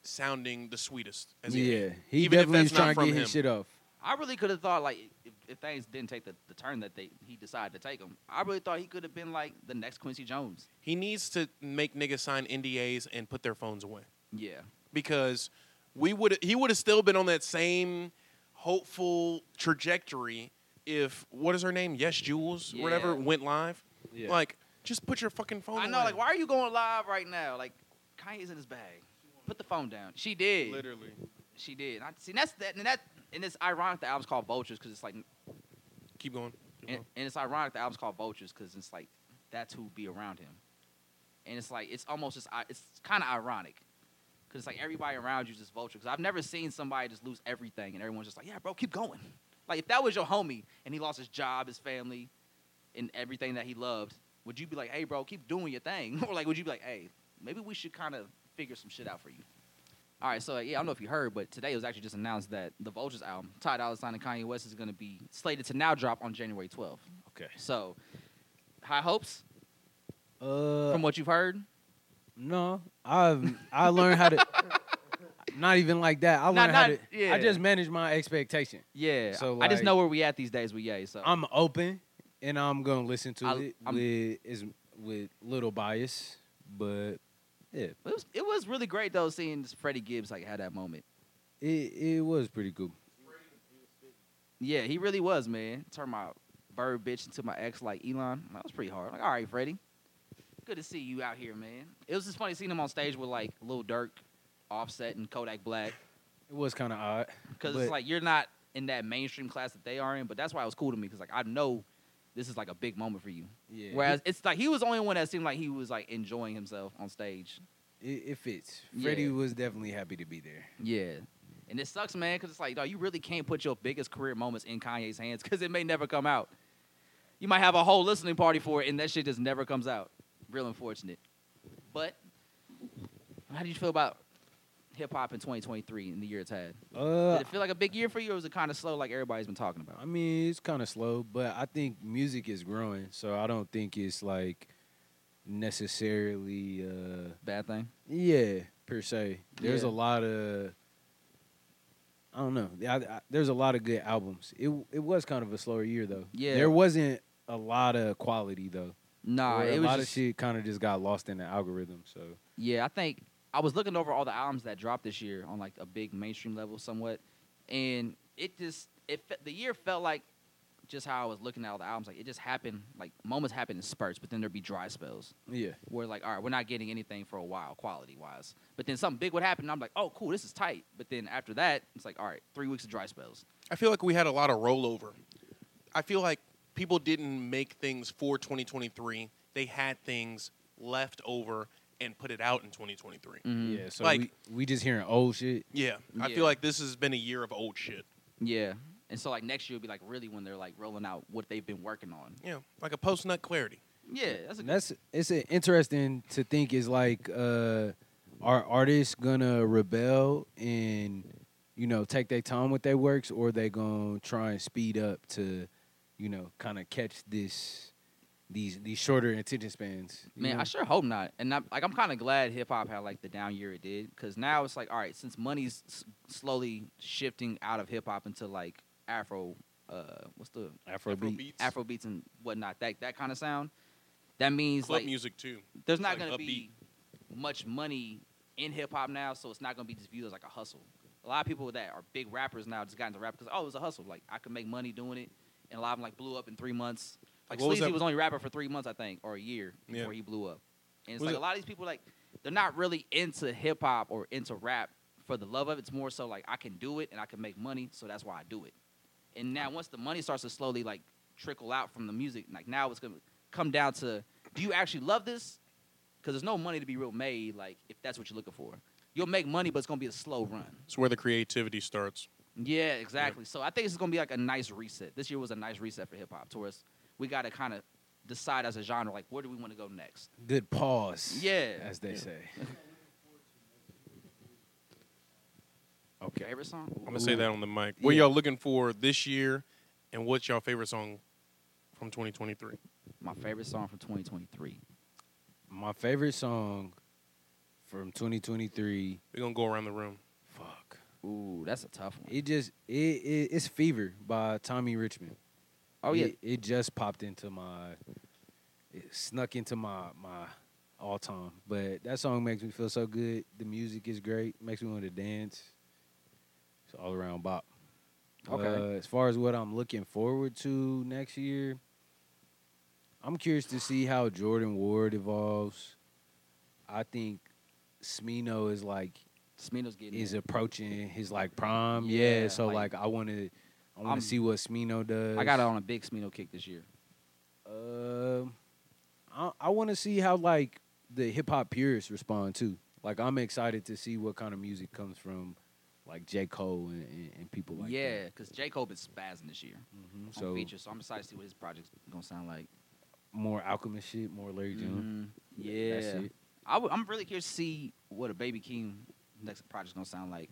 S6: sounding the sweetest. As he
S5: yeah,
S6: can.
S5: he
S6: Even if
S5: definitely
S6: that's
S5: is
S6: not
S5: trying to
S6: from
S5: get
S6: him.
S5: his shit
S3: why
S5: off.
S3: I really could have thought like if, if things didn't take the, the turn that they he decided to take them, I really thought he could have been like the next Quincy Jones.
S6: He needs to make niggas sign NDAs and put their phones away
S3: Yeah,
S6: because we would he would have still been on that same hopeful trajectory if what is her name? Yes, Jules,
S3: Yeah.
S6: whatever went live.
S5: Yeah.
S6: Like, just put your fucking phone.
S3: I know.
S6: away.
S3: Like, why are you going live right now? Like, Kanye's in his bag. Put the phone down. She did.
S6: Literally.
S3: She did. And I, see, that's that, and that, and it's ironic the album's called Vultures because it's like, and,
S6: Keep going. Keep
S3: and
S6: going.
S3: it's ironic the album's called Vultures because it's like that's who be around him, and it's like it's almost just i- it's kind of ironic because it's like everybody around you is just vulture. Because I've never seen somebody just lose everything and everyone's just like, yeah, bro, keep going. Like if that was your homie and he lost his job, his family, and everything that he loved, would you be like, hey, bro, keep doing your thing, or like would you be like, hey, maybe we should kind of figure some shit out for you? All right, so yeah, I don't know if you heard, but today it was actually just announced that the Vultures album, Ty Dolla Sign and Kanye West, is going to be slated to now drop on January 12th.
S5: Okay.
S3: So, high hopes
S5: Uh,
S3: from what you've heard.
S5: no, I've I learned how to. Not even like that. I learned how
S3: not-
S5: to.
S3: yeah.
S5: I just manage my expectation.
S3: Yeah.
S5: So,
S3: I just
S5: like- Um,
S3: know where we at these days with Ye. So
S5: I'm open, and I'm gonna listen to
S3: I-
S5: it
S3: I'm-
S5: with is with little bias, but yeah,
S3: it was it was really great though seeing Freddie Gibbs like had that moment.
S5: it it was pretty cool.
S3: Yeah, he really was, man. Turned my bird bitch into my ex like Elon. That was pretty hard. Like, all right, Freddie. Good to see you out here, man. It was just funny seeing him on stage with like Lil Durk, Offset, and Kodak Black.
S5: It was kind of odd.
S3: because
S5: But-
S3: it's like you're not in that mainstream class that they are in. But that's why it was cool to me because like I know this is like a big moment for you.
S5: Yeah,
S3: Whereas it's like he was the only one that seemed like he was like enjoying himself on stage.
S5: it, it fits. Freddie
S3: Yeah.
S5: was definitely happy to be there.
S3: Yeah. And it sucks, man, because it's like, dog, you really can't put your biggest career moments in Kanye's hands because it may never come out. You might have a whole listening party for it, and that shit just never comes out. Real unfortunate. But how do you feel about hip hop in 2023 and the year it's had?
S5: Uh,
S3: Did it feel like a big year for you, or was it kind of slow, like everybody's been talking about?
S5: I mean, it's kind of slow, but I think music is growing, so I don't think it's like necessarily uh
S3: Bad thing.
S5: yeah per se. There's
S3: Yeah.
S5: a lot of I don't know. I, I- there's a lot of good albums. It it was kind of a slower year though.
S3: Yeah.
S5: there wasn't a lot of quality though.
S3: Nah,
S5: Where
S3: it
S5: a
S3: was
S5: lot
S3: just,
S5: of shit kind of just got lost in the algorithm. So
S3: Yeah, I think I was looking over all the albums that dropped this year on like a big mainstream level, somewhat, and it just it fe- the year felt like just how I was looking at all the albums. Like it just happened, like moments happened in spurts, but then there'd be dry spells
S5: yeah,
S3: where like, all right, we're not getting anything for a while, quality wise. But then something big would happen, and I'm like, oh, cool, this is tight. But then after that, it's like, all right, three weeks of dry spells.
S6: I feel like we had a lot of rollover. I feel like people didn't make things for 2023. They had things left over and put it out in 2023.
S3: Mm-hmm.
S5: yeah. So
S6: Like-
S5: we, we just hearing old shit.
S6: Yeah, I
S3: Mm. Yeah.
S6: feel like this has been a year of old shit.
S3: Yeah. And so like next year will be like really when they're like rolling out what they've been working on.
S6: Yeah, like a post nut clarity.
S3: Yeah, that's a
S5: And
S3: good
S5: That's it's a- interesting to think is like uh are artists gonna rebel and you know take their time with their works or they gonna try and speed up to you know kind of catch this these these shorter attention spans. you
S3: Man,
S5: know?
S3: I sure hope not. And I'm like, I'm kind of glad hip hop had like the down year it did, because now it's like, all right, since money's s- slowly shifting out of hip hop into like Afro, uh, what's the
S5: Afrobeat.
S6: beats,
S3: Afro beats and whatnot, that that kind of sound. That means
S6: club
S3: like
S6: music too.
S3: there's not
S6: like
S3: gonna be much money in hip hop now, so it's not gonna be just viewed as like a hustle. A lot of people that are big rappers now just got into rap because oh, it was a hustle. Like I could make money doing it, and a lot of them like blew up in three months. Like
S6: What was
S3: Sleazy was,
S6: that-
S3: only rapper for three months, I think, or a year
S6: Yeah.
S3: before he blew up. And it's
S6: Was
S3: like
S6: it-
S3: a lot of these people like they're not really into hip hop or into rap for the love of it. It's more so like I can do it and I can make money, so that's why I do it. And now once the money starts to slowly like trickle out from the music, like now it's gonna come down to do you actually love this? Because there's no money to be real made. Like if that's what you're looking for, you'll make money, but it's gonna be a slow run.
S6: It's where the creativity starts.
S3: Yeah, exactly. So I think it's gonna be like a nice reset. This year was a nice reset for hip hop. Towards we gotta kind of decide as a genre, like where do we want to go next?
S5: Good pause.
S3: Yeah.
S5: as they say.
S3: Okay. Favorite song?
S6: I'm gonna say
S3: Ooh.
S6: that on the mic. What
S5: Yeah.
S6: y'all looking for this year, and what's y'all favorite song from 2023?
S3: My favorite song from 2023.
S5: My favorite song from 2023.
S6: We're gonna go around the room.
S5: Fuck.
S3: Ooh, that's a tough one.
S5: It just it, it it's Fever by Tommy Richmond.
S3: oh yeah,
S5: it, it just popped into my, it snuck into my my all time. But that song makes me feel so good. The music is great. Makes me want to dance. It's all around bop.
S3: Okay.
S5: Uh, as far as what I'm looking forward to next year, I'm curious to see how Jordan Ward evolves. I think Smino is like
S3: Smino's getting
S5: is
S3: it.
S5: approaching his like prime. Yeah.
S3: Yeah,
S5: so
S3: like-
S5: like, I want to. I
S3: I'm-
S5: want to see what Smino does.
S3: I got it on a big Smino kick this year.
S5: Um, I, I want to see how like the hip hop purists respond too. Like I'm excited to see what kind of music comes from, like J Cole and, and, and people like
S3: yeah, because J. Cole been spazzing this year
S5: that. Mhm.
S3: on
S5: So
S3: features, so I'm excited to see what his project's gonna sound like.
S5: more Alchemist shit, more Larry June.
S3: Mhm. Yeah,
S5: That's it.
S3: I w- I'm really curious to see what a Baby King next project's gonna sound like.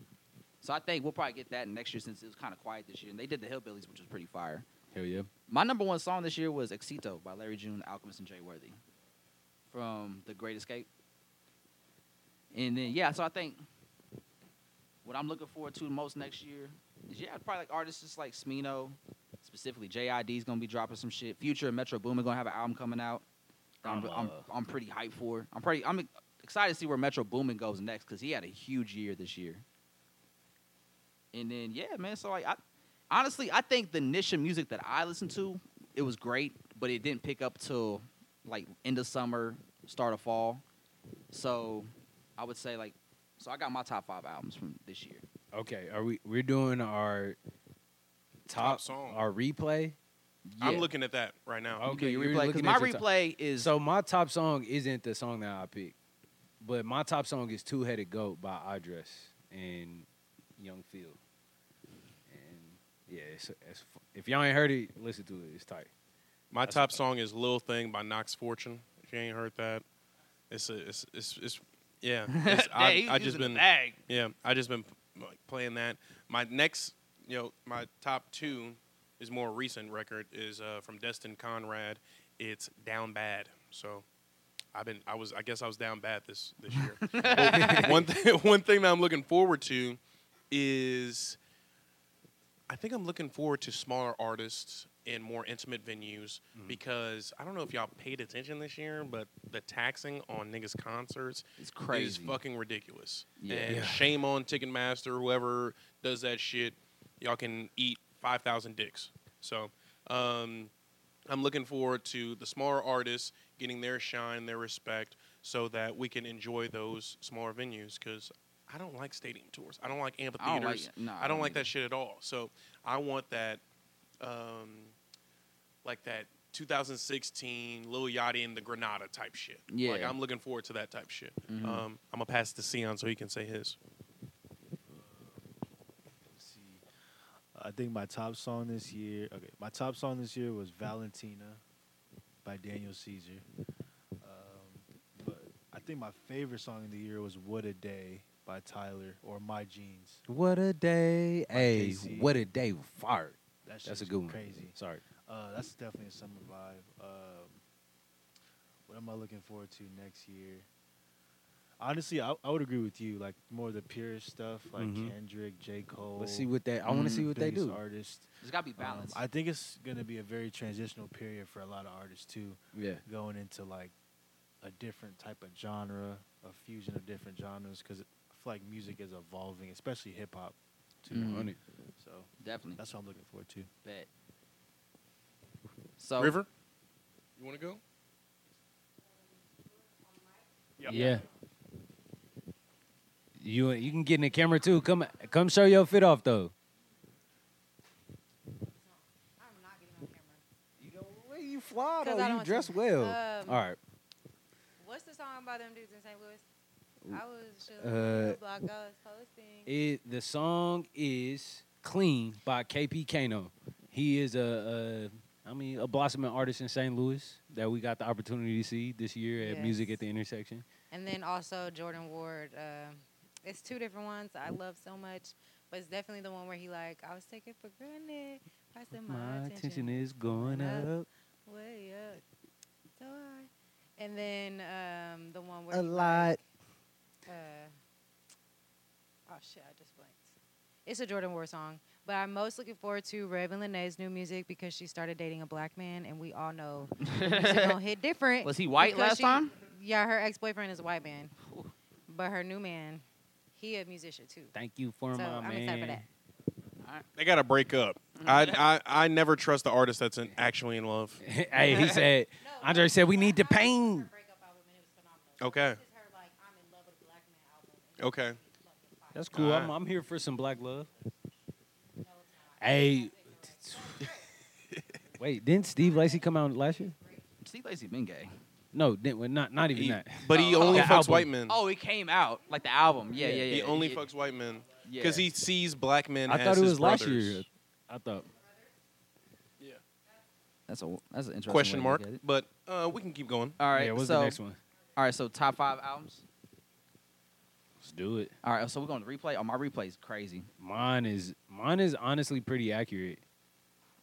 S3: So I think we'll probably get that next year since it was kind of quiet this year. And they did the Hillbillies, which was pretty fire.
S5: Hell yeah.
S3: My number one song this year was Exito by Larry June, Alchemist, and Jay Worthy from The Great Escape. And then, yeah, so I think what I'm looking forward to the most next year is, yeah, probably like artists just like Smino, specifically JID's gonna be dropping some shit. Future and Metro Boomin gonna have an album coming out. that I'm,
S5: I'm,
S3: I'm,
S5: uh,
S3: I'm pretty hyped for. I'm pretty, I'm excited to see where Metro Boomin goes next because he had a huge year this year. And then, yeah, man, so like, I, honestly, I think the niche of music that I listened to, it was great, but it didn't pick up till like end of summer, start of fall. So I would say like, so I got my top five albums from this year.
S5: Okay, are we we're doing our top,
S6: Top song.
S5: our replay?
S6: I'm
S3: Yeah.
S6: looking at that right now.
S5: Okay,
S3: your
S5: you're
S3: replay. 'Cause
S5: looking
S3: my
S5: at your top-
S3: replay is
S5: So my top song isn't the song that I picked, but my top song is Two Headed Goat by Address and Young Field. And yeah, it's, it's, fu- if y'all ain't heard it, listen to it. It's tight.
S6: My top song is "Lil Thing" by Knox Fortune. If you ain't heard that, it's a, it's, it's, it's yeah. It's, I,
S3: Yeah, he-
S6: I
S3: he's
S6: just
S3: in the
S6: been
S3: bag.
S6: yeah. I just been like playing that. My next, you know, my top two is more recent record is uh, from Destin Conrad. It's "Down Bad." So. I've been. I was. I guess I was down bad this this year. But one thing. One thing that I'm looking forward to is I think I'm looking forward to smaller artists in more intimate venues
S3: Mm-hmm.
S6: because I don't know if y'all paid attention this year, but the taxing on niggas' concerts
S3: it's crazy.
S6: is fucking ridiculous.
S3: Yeah.
S6: And
S5: Yeah.
S6: shame on Ticketmaster, whoever does that shit. Y'all can eat 5,000 dicks. So um, I'm looking forward to the smaller artists getting their shine, their respect, so that we can enjoy those smaller venues because I don't like stadium tours. I don't like amphitheaters.
S3: I don't like. No,
S6: I don't like
S3: either.
S6: that shit at all. So I want that, um, like that 2016 Lil Yachty and the Granada type shit. Like
S3: Yeah.
S6: I'm looking forward to that type shit.
S3: Mhm.
S6: Um, I'm gonna pass it to Sion so he can say his.
S7: see. I think my top song this year. Okay, my top song this year was Valentina by Daniel Caesar. Um, but I think my favorite song of the year was What a Day by Tyler or My Jeans.
S5: What a day, hey!
S7: KC.
S5: What a day, fire.
S7: That shit's
S5: That's a good one.
S7: Crazy.
S5: Sorry.
S7: Uh, that's definitely a summer vibe. Um, what am I looking forward to next year? Honestly, I, I would agree with you. Like more of the pure stuff, like
S5: Mhm.
S7: Kendrick, J. Cole.
S5: Let's see what they. I want to
S3: Mm,
S5: see what they
S7: biggest
S5: do.
S7: Artist.
S3: There's gotta be
S7: Um,
S3: balance.
S7: I think it's gonna be a very transitional period for a lot of artists too,
S5: Yeah.
S7: going into like a different type of genre, a fusion of different genres, because I feel like music is evolving, especially hip hop too.
S3: Mhm.
S5: On it.
S7: So
S3: Definitely.
S7: that's what I'm looking forward to.
S3: Bet. So
S6: River, you want to go?
S5: Yeah. You you can get in the camera too. Come come show your fit off though.
S8: I'm not getting on camera.
S5: Where you fly
S8: 'Cause I don't
S5: though? You
S8: want
S5: dress
S8: to.
S5: well.
S8: Um,
S5: Oh, All right.
S8: What's the song by them dudes in St. Louis? I was just
S5: Uh,
S8: on the block. I was posting.
S5: It the song is "Clean" by KP Kano. He is a, a I mean a blossoming artist in St. Louis that we got the opportunity to see this year at Music
S8: Yes.
S5: at the Intersection.
S8: And then also Jordan Ward. Uh, it's two different ones I love so much, but it's definitely the one where he like I was taken for granted. I said my,
S5: My attention
S8: attention
S5: is going
S8: up.
S5: up.
S8: way up, so high. And then um, the one where
S5: A
S8: he,
S5: lot.
S8: like, uh, oh shit, I just blanked. It's a Jordan War song, but I'm most looking forward to Raven Lenae's new music because she started dating a black man, and we all know it's gonna hit different.
S3: was he white
S8: because
S3: last
S8: she-
S3: time?
S8: Yeah, her ex boyfriend is a white man,
S3: Ooh.
S8: but her new man, he a musician too.
S5: Thank you for
S8: so
S5: my
S8: I'm
S5: man.
S8: excited for that.
S6: They gotta break up.
S3: Mm-hmm.
S6: I, I I never trust the artist that's in, actually in love.
S5: hey, he said. Andre said we need to paint.
S6: Okay. Okay.
S5: That's cool. I'm,
S6: Alright.
S5: I'm here for some black love. Hey. Wait, didn't Steve Lacy come out last year?
S3: Steve Lacy been gay.
S5: No, didn't, not not even
S6: He-
S5: that.
S6: but he
S3: Oh,
S6: only
S5: the
S6: fucks
S5: album.
S6: white men.
S3: Oh, it came out like the album. Yeah,
S5: Yeah.
S3: yeah, yeah.
S6: he only
S3: yeah.
S6: fucks white men
S3: yeah.
S6: because he sees black men.
S5: I
S6: as
S5: thought it
S6: his
S5: was last
S6: brothers.
S5: year. I thought.
S3: That's a that's an interesting
S6: Question
S3: way to
S6: mark.
S3: look at it.
S6: But uh, we can keep going.
S3: All right.
S5: yeah, what's
S3: so
S5: the next one?
S3: all right. So top five albums.
S5: Let's do it.
S3: All right, so we're going to replay. Oh, my replay is crazy.
S5: Mine is mine is honestly pretty accurate.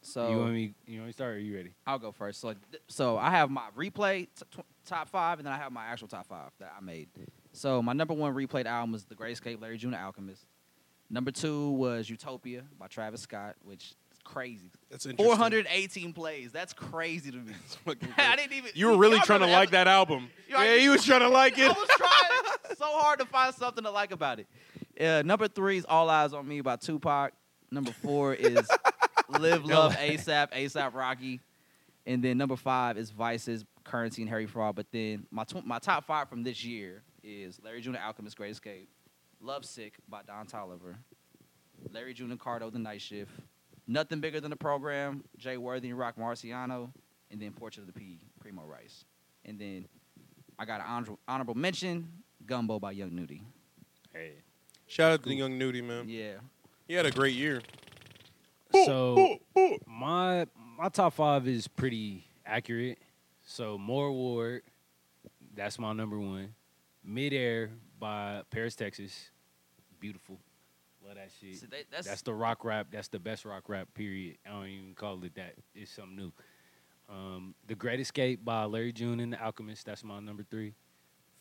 S3: So
S5: you want me? You want me to start? Or are you ready?
S3: I'll go first. So, th- so I have my replay t- tw- top five, and then I have my actual top five that I made. So my number one replayed album was The Great Escape, Larry June Alchemist. Number two was Utopia by Travis Scott, which is crazy.
S6: That's interesting.
S3: 418 plays. That's crazy to me. I didn't even.
S6: You were really
S3: y'all
S6: trying to
S3: remember
S6: like
S3: epi-
S6: that album.
S3: Y'all-
S6: Yeah, you was trying to like
S3: I
S6: it.
S3: was trying so hard to find something to like about it. Uh, number three is All Eyes on Me by Tupac. Number four is Live Love ASAP, ASAP Rocky. And then number five is Vices, Currency, and Harry Fraud. But then my, tw- my top five from this year is Larry June, and Alchemist, Great Escape, Love Sick by Don Tolliver, Larry June and Cardo, The Night Shift, Nothing Bigger Than the Program, Jay Worthy and Rock Marciano, and then Portrait of the P, Primo Rice. And then I got an honorable, honorable mention, Gumbo by Young Nudie.
S5: Hey.
S6: Shout out to Young Nudie, man.
S3: Yeah.
S6: He had a great year.
S5: So my my top five is pretty accurate. So more Ward, that's my number one. Midair by Paris, Texas, beautiful. Love that shit.
S3: So that- that's,
S5: That's the rock rap. That's the best rock rap. Period. I don't even call it that. It's something new. Um, the Great Escape by Larry June and the Alchemist. That's my number three.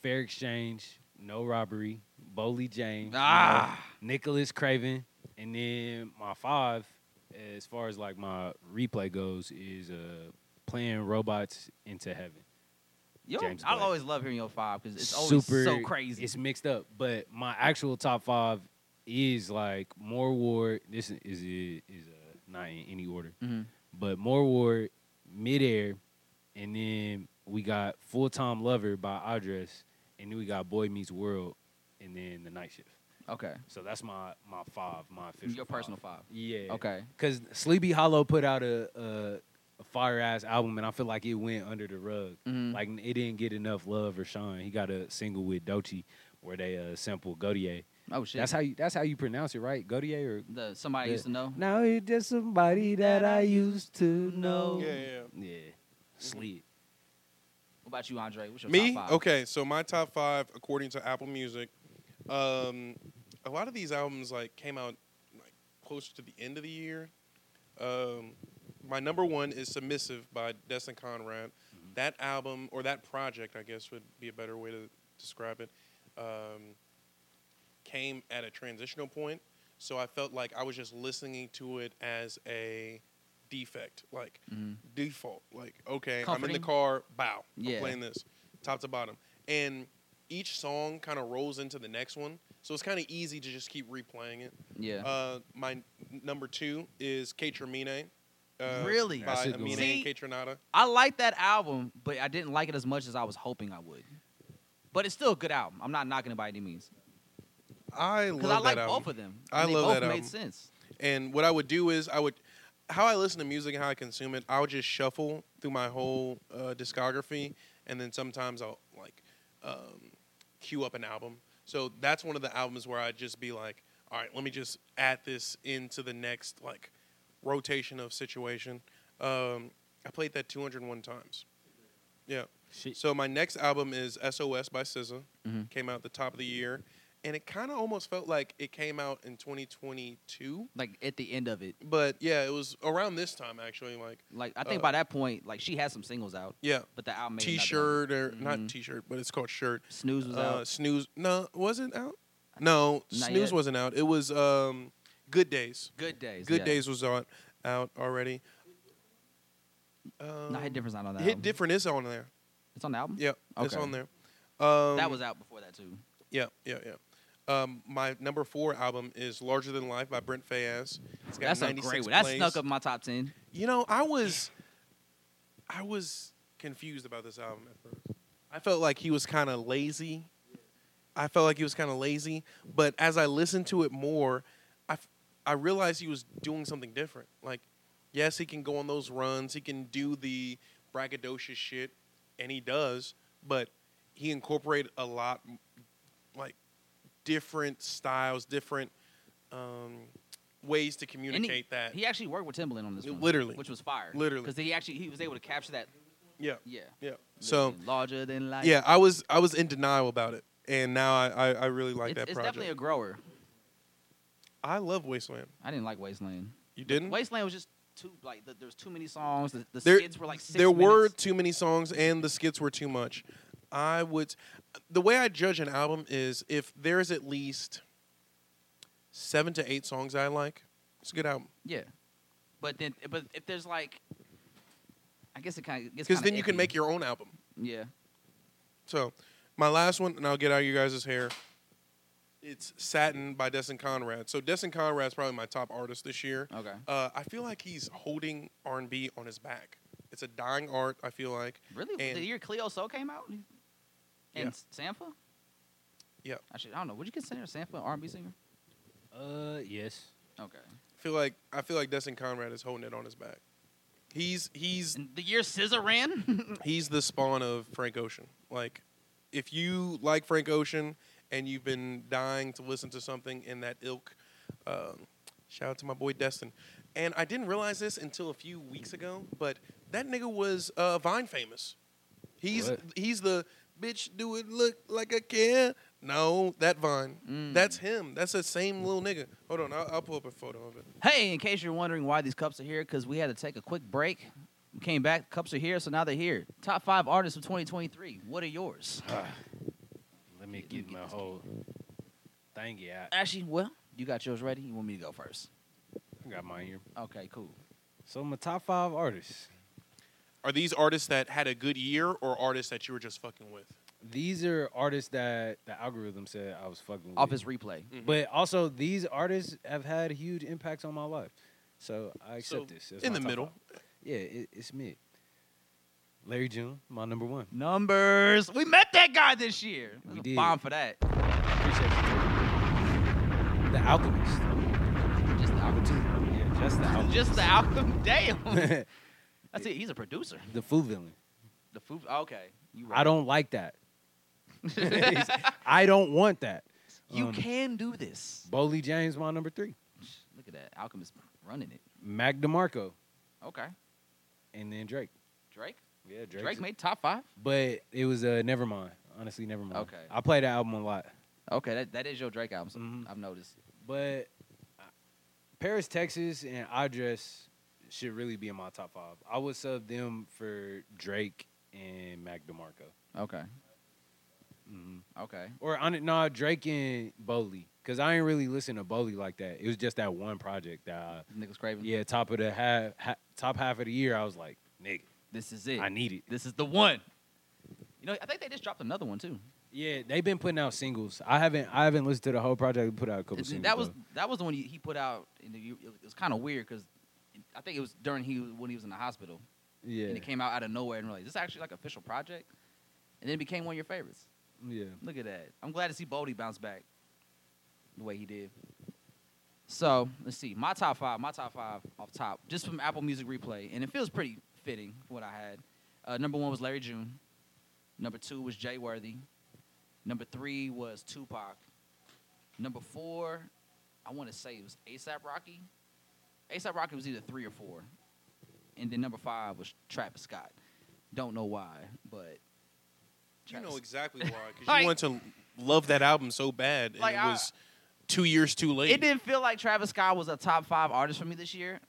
S5: Fair Exchange, No Robbery, Bowley James, you know,
S3: Ah.
S5: Nicholas Craven, and then my five, as far as like my replay goes, is uh, playing robots into heaven.
S3: yo,
S5: James
S3: I
S5: Blake.
S3: always love hearing your five because it's always so crazy.
S5: It's mixed up, but my actual top five is like More Ward. This is is, is uh, not in any order,
S3: Mhm.
S5: but More Ward, Midair, and then we got Full Time Lover by Address, and then we got Boy Meets World, and then The Night Shift.
S3: Okay.
S5: So that's my my five, my official.
S3: Your personal five.
S5: Yeah.
S3: Okay.
S5: Because Sleepy Hollow put out a, a, a fire ass album, and I feel like it went under the rug.
S3: Mhm.
S5: Like it didn't get enough love or shine. He got a single with Dochi where they uh, sample Godier.
S3: Oh shit.
S5: That's how you that's how you pronounce it, right? Godier or
S3: the somebody
S5: Yeah.
S3: used to know.
S5: now you're just somebody that I used to know.
S6: Yeah,
S5: Yeah,
S6: yeah.
S5: slid.
S3: What about you, Andre? What's your
S6: Me?
S3: top five?
S6: Okay, so my top five, according to Apple Music, um, a lot of these albums like came out like close to the end of the year. Um, my number one is "Submissive" by Destin Conrad.
S3: Mm-hmm.
S6: That album or that project, I guess, would be a better way to describe it. Um, came at a transitional point, so I felt like I was just listening to it as a defect, like
S3: Mhm.
S6: default, like okay, I'm in
S3: Comforting.
S6: the car, bow,
S3: Yeah.
S6: I'm playing this top to bottom. And each song kind of rolls into the next one. So it's kind of easy to just keep replaying it.
S3: Yeah.
S6: Uh, my n- number two is Ketramine. Uh,
S3: Really?
S6: By
S5: That's a good
S6: Amine
S5: one.
S3: See?
S6: and Ketranada.
S3: I like that album, but I didn't like it as much as I was hoping I would. But it's still a good album. I'm not knocking it by any means
S6: I
S3: because
S6: love
S3: I like
S6: that album.
S3: both of them.
S6: I
S3: and
S6: love
S3: they both
S6: that
S3: made
S6: album.
S3: sense.
S6: And what I would do is I would, how I listen to music and how I consume it, I would just shuffle through my whole uh, discography, and then sometimes I'll like um, queue up an album. So that's one of the albums where I'd just be like, all right, let me just add this into the next like rotation of situation. Um, I played that 201 times. Yeah.
S5: Shit.
S6: So my next album is SOS by SZA.
S3: Mhm.
S6: Came out the top of the year, and it kind of almost felt like it came out in 2022
S3: Like at the end of it,
S6: but yeah, it was around this time actually. Like
S3: like I think
S6: Uh,
S3: by that point, like she had some singles out,
S6: yeah,
S3: but the album made another one.
S6: t-shirt or
S3: Mhm.
S6: not t-shirt, but it's called shirt.
S3: Snooze was
S6: Uh,
S3: out.
S6: snooze. No, was it out? No,
S3: Not yet.
S6: snooze wasn't out. It was um, good days.
S3: Good days.
S6: Good
S3: yeah.
S6: days was out out already. Um,
S3: No, hit difference not on that.
S6: Hit
S3: album.
S6: different is on there.
S3: It's on the album.
S6: Yeah, it's
S3: Okay.
S6: on there. Um,
S3: that was out before that too.
S6: yeah, yeah, yeah. Um, my number four album is Larger Than Life by Brent Fayez. It's got
S3: That's a
S6: 96
S3: great one. That
S6: plays.
S3: snuck up in my top ten.
S6: You know, I was, I was confused about this album at first. I felt like he was kind of lazy. I felt like he was kind of lazy, but as I listened to it more, I, f- I realized he was doing something different. Like, yes, he can go on those runs, he can do the braggadocious shit, and he does, but he incorporated a lot, m- like, different styles, different um, ways to communicate that.
S3: He actually worked with Timbaland on this one,
S6: Literally.
S3: which was fire.
S6: Literally.
S3: because he actually he was able to capture that.
S6: yeah,
S3: Yeah.
S6: yeah. So.
S3: Larger than life.
S6: Yeah, I was I was in denial about it. and now I, I, I really like
S3: it's
S6: that
S3: it's
S6: project.
S3: definitely a grower.
S6: I love Wasteland.
S3: I didn't like Wasteland.
S6: You didn't?
S3: Wasteland was just too like the, there was too many songs. The, the
S6: There-
S3: skits were like six
S6: there were
S3: minutes.
S6: too many songs and the skits were too much. I would the way I judge an album is if there's at least seven to eight songs I like, it's a good album.
S3: yeah, but then but if there's like, I guess it kind of
S6: Because then you can make your own album.
S3: yeah.
S6: So my last one, and I'll get out of you guys' hair. It's Satin by Destin Conrad. So Destin Conrad's probably my top artist this year.
S3: Okay.
S6: Uh, I feel like he's holding R and B on his back. It's a dying art. I feel like.
S3: Really?
S6: And-
S3: the year Cleo Soul came out? And
S6: Yeah.
S3: Sampha?
S6: Yeah.
S3: Actually, I don't know. Would you consider Sampha an R&B singer?
S5: Uh, yes.
S3: Okay.
S6: I feel like I feel like Destin Conrad is holding it on his back. He's he's
S3: And the year SZA ran?
S6: he's the spawn of Frank Ocean. Like, if you like Frank Ocean and you've been dying to listen to something in that ilk, um, shout out to my boy Destin. And I didn't realize this until a few weeks ago, but that nigga was uh, Vine famous. He's
S5: What?
S6: he's the bitch. Do it look like I care? No, that Vine.
S3: Mm.
S6: That's him. That's the same little nigga. Hold on, I'll, I'll pull up a photo of it.
S3: hey, in case you're wondering why these cups are here, because we had to take a quick break. We came back, cups are here, so now they're here. Top five artists of 2023. What are yours?
S5: Let me
S3: Let me
S5: get
S3: get
S5: my
S3: this
S5: whole thingy out.
S3: Actually, well, you got yours ready. You want me to go first?
S5: I got mine here.
S3: Okay, cool.
S5: So my top five artists.
S6: Are these artists that had a good year or artists that you were just fucking with?
S5: These are artists that the algorithm said I was fucking with.
S3: Off his replay.
S5: But also, these artists have had huge impacts on my life. So I accept
S6: So,
S5: this. as
S6: in
S5: my
S6: the
S5: top
S6: middle.
S5: five. Yeah, it, it's mid. Larry June, my number one.
S3: Numbers. We met that guy this year. That was a
S5: did.
S3: Bomb for that.
S5: Appreciate you. The Alchemist.
S3: Just the
S5: Number
S3: album.
S5: two. Yeah, just the Alchemist.
S3: Just the album. Damn.
S5: the
S3: That's it. He's a producer.
S5: food villain.
S3: The food. Okay. You
S5: I don't like that. I don't want that.
S3: You
S5: Um,
S3: can do this.
S5: Bowley James, my number three.
S3: Look at that. Alchemist running it.
S5: Mac DeMarco,
S3: Okay.
S5: and then Drake.
S3: Drake.
S5: Yeah, Drake's-
S3: Drake made top five.
S5: But it was uh, Nevermind. Honestly, Nevermind.
S3: Okay.
S5: I play that album a lot.
S3: Okay, that, that is your Drake album. so
S5: Mhm.
S3: I've noticed.
S5: But uh, Paris, Texas, and I Dress should really be in my top five. I would sub them for Drake and Mac DeMarco.
S3: Okay.
S5: hmm
S3: Okay.
S5: Or on it, nah, Drake and Bowley. Because I ain't really listen to Bowley like that. It was just that one project that, I,
S3: Nicholas Craven.
S5: yeah, top of the half, ha, top half of the year, I was like, nigga,
S3: This is it.
S5: I need it.
S3: this is the one. You know, I think they just dropped another one too.
S5: Yeah, they've been putting out singles. I haven't, I haven't listened to the whole project. They Put out a couple
S3: It-
S5: singles.
S3: that was
S5: though.
S3: that was the one he, he put out. And you- it was kind of weird because I think it was during he when he was in the hospital,
S5: yeah,
S3: and it came out out of nowhere and realized this is actually like an official project, and then it became one of your favorites.
S5: yeah.
S3: Look at that. I'm glad to see Bodie bounce back the way he did. So let's see. My top five, my top five off top, just from Apple Music Replay, and it feels pretty fitting for what I had. Uh, number one was Larry June. Number two was Jay Worthy. Number three was Tupac. Number four, I want to say it was ASAP Rocky. ASAP Rocky was either three or four. And then number five was Travis Scott. Don't know why, but
S6: You
S3: Travis-
S6: know exactly why, because
S3: Like-
S6: you want to love that album so bad, and
S3: Like,
S6: it
S3: I-
S6: was two years too
S3: It
S6: late
S3: didn't feel like Travis Scott was a top five artist for me this year,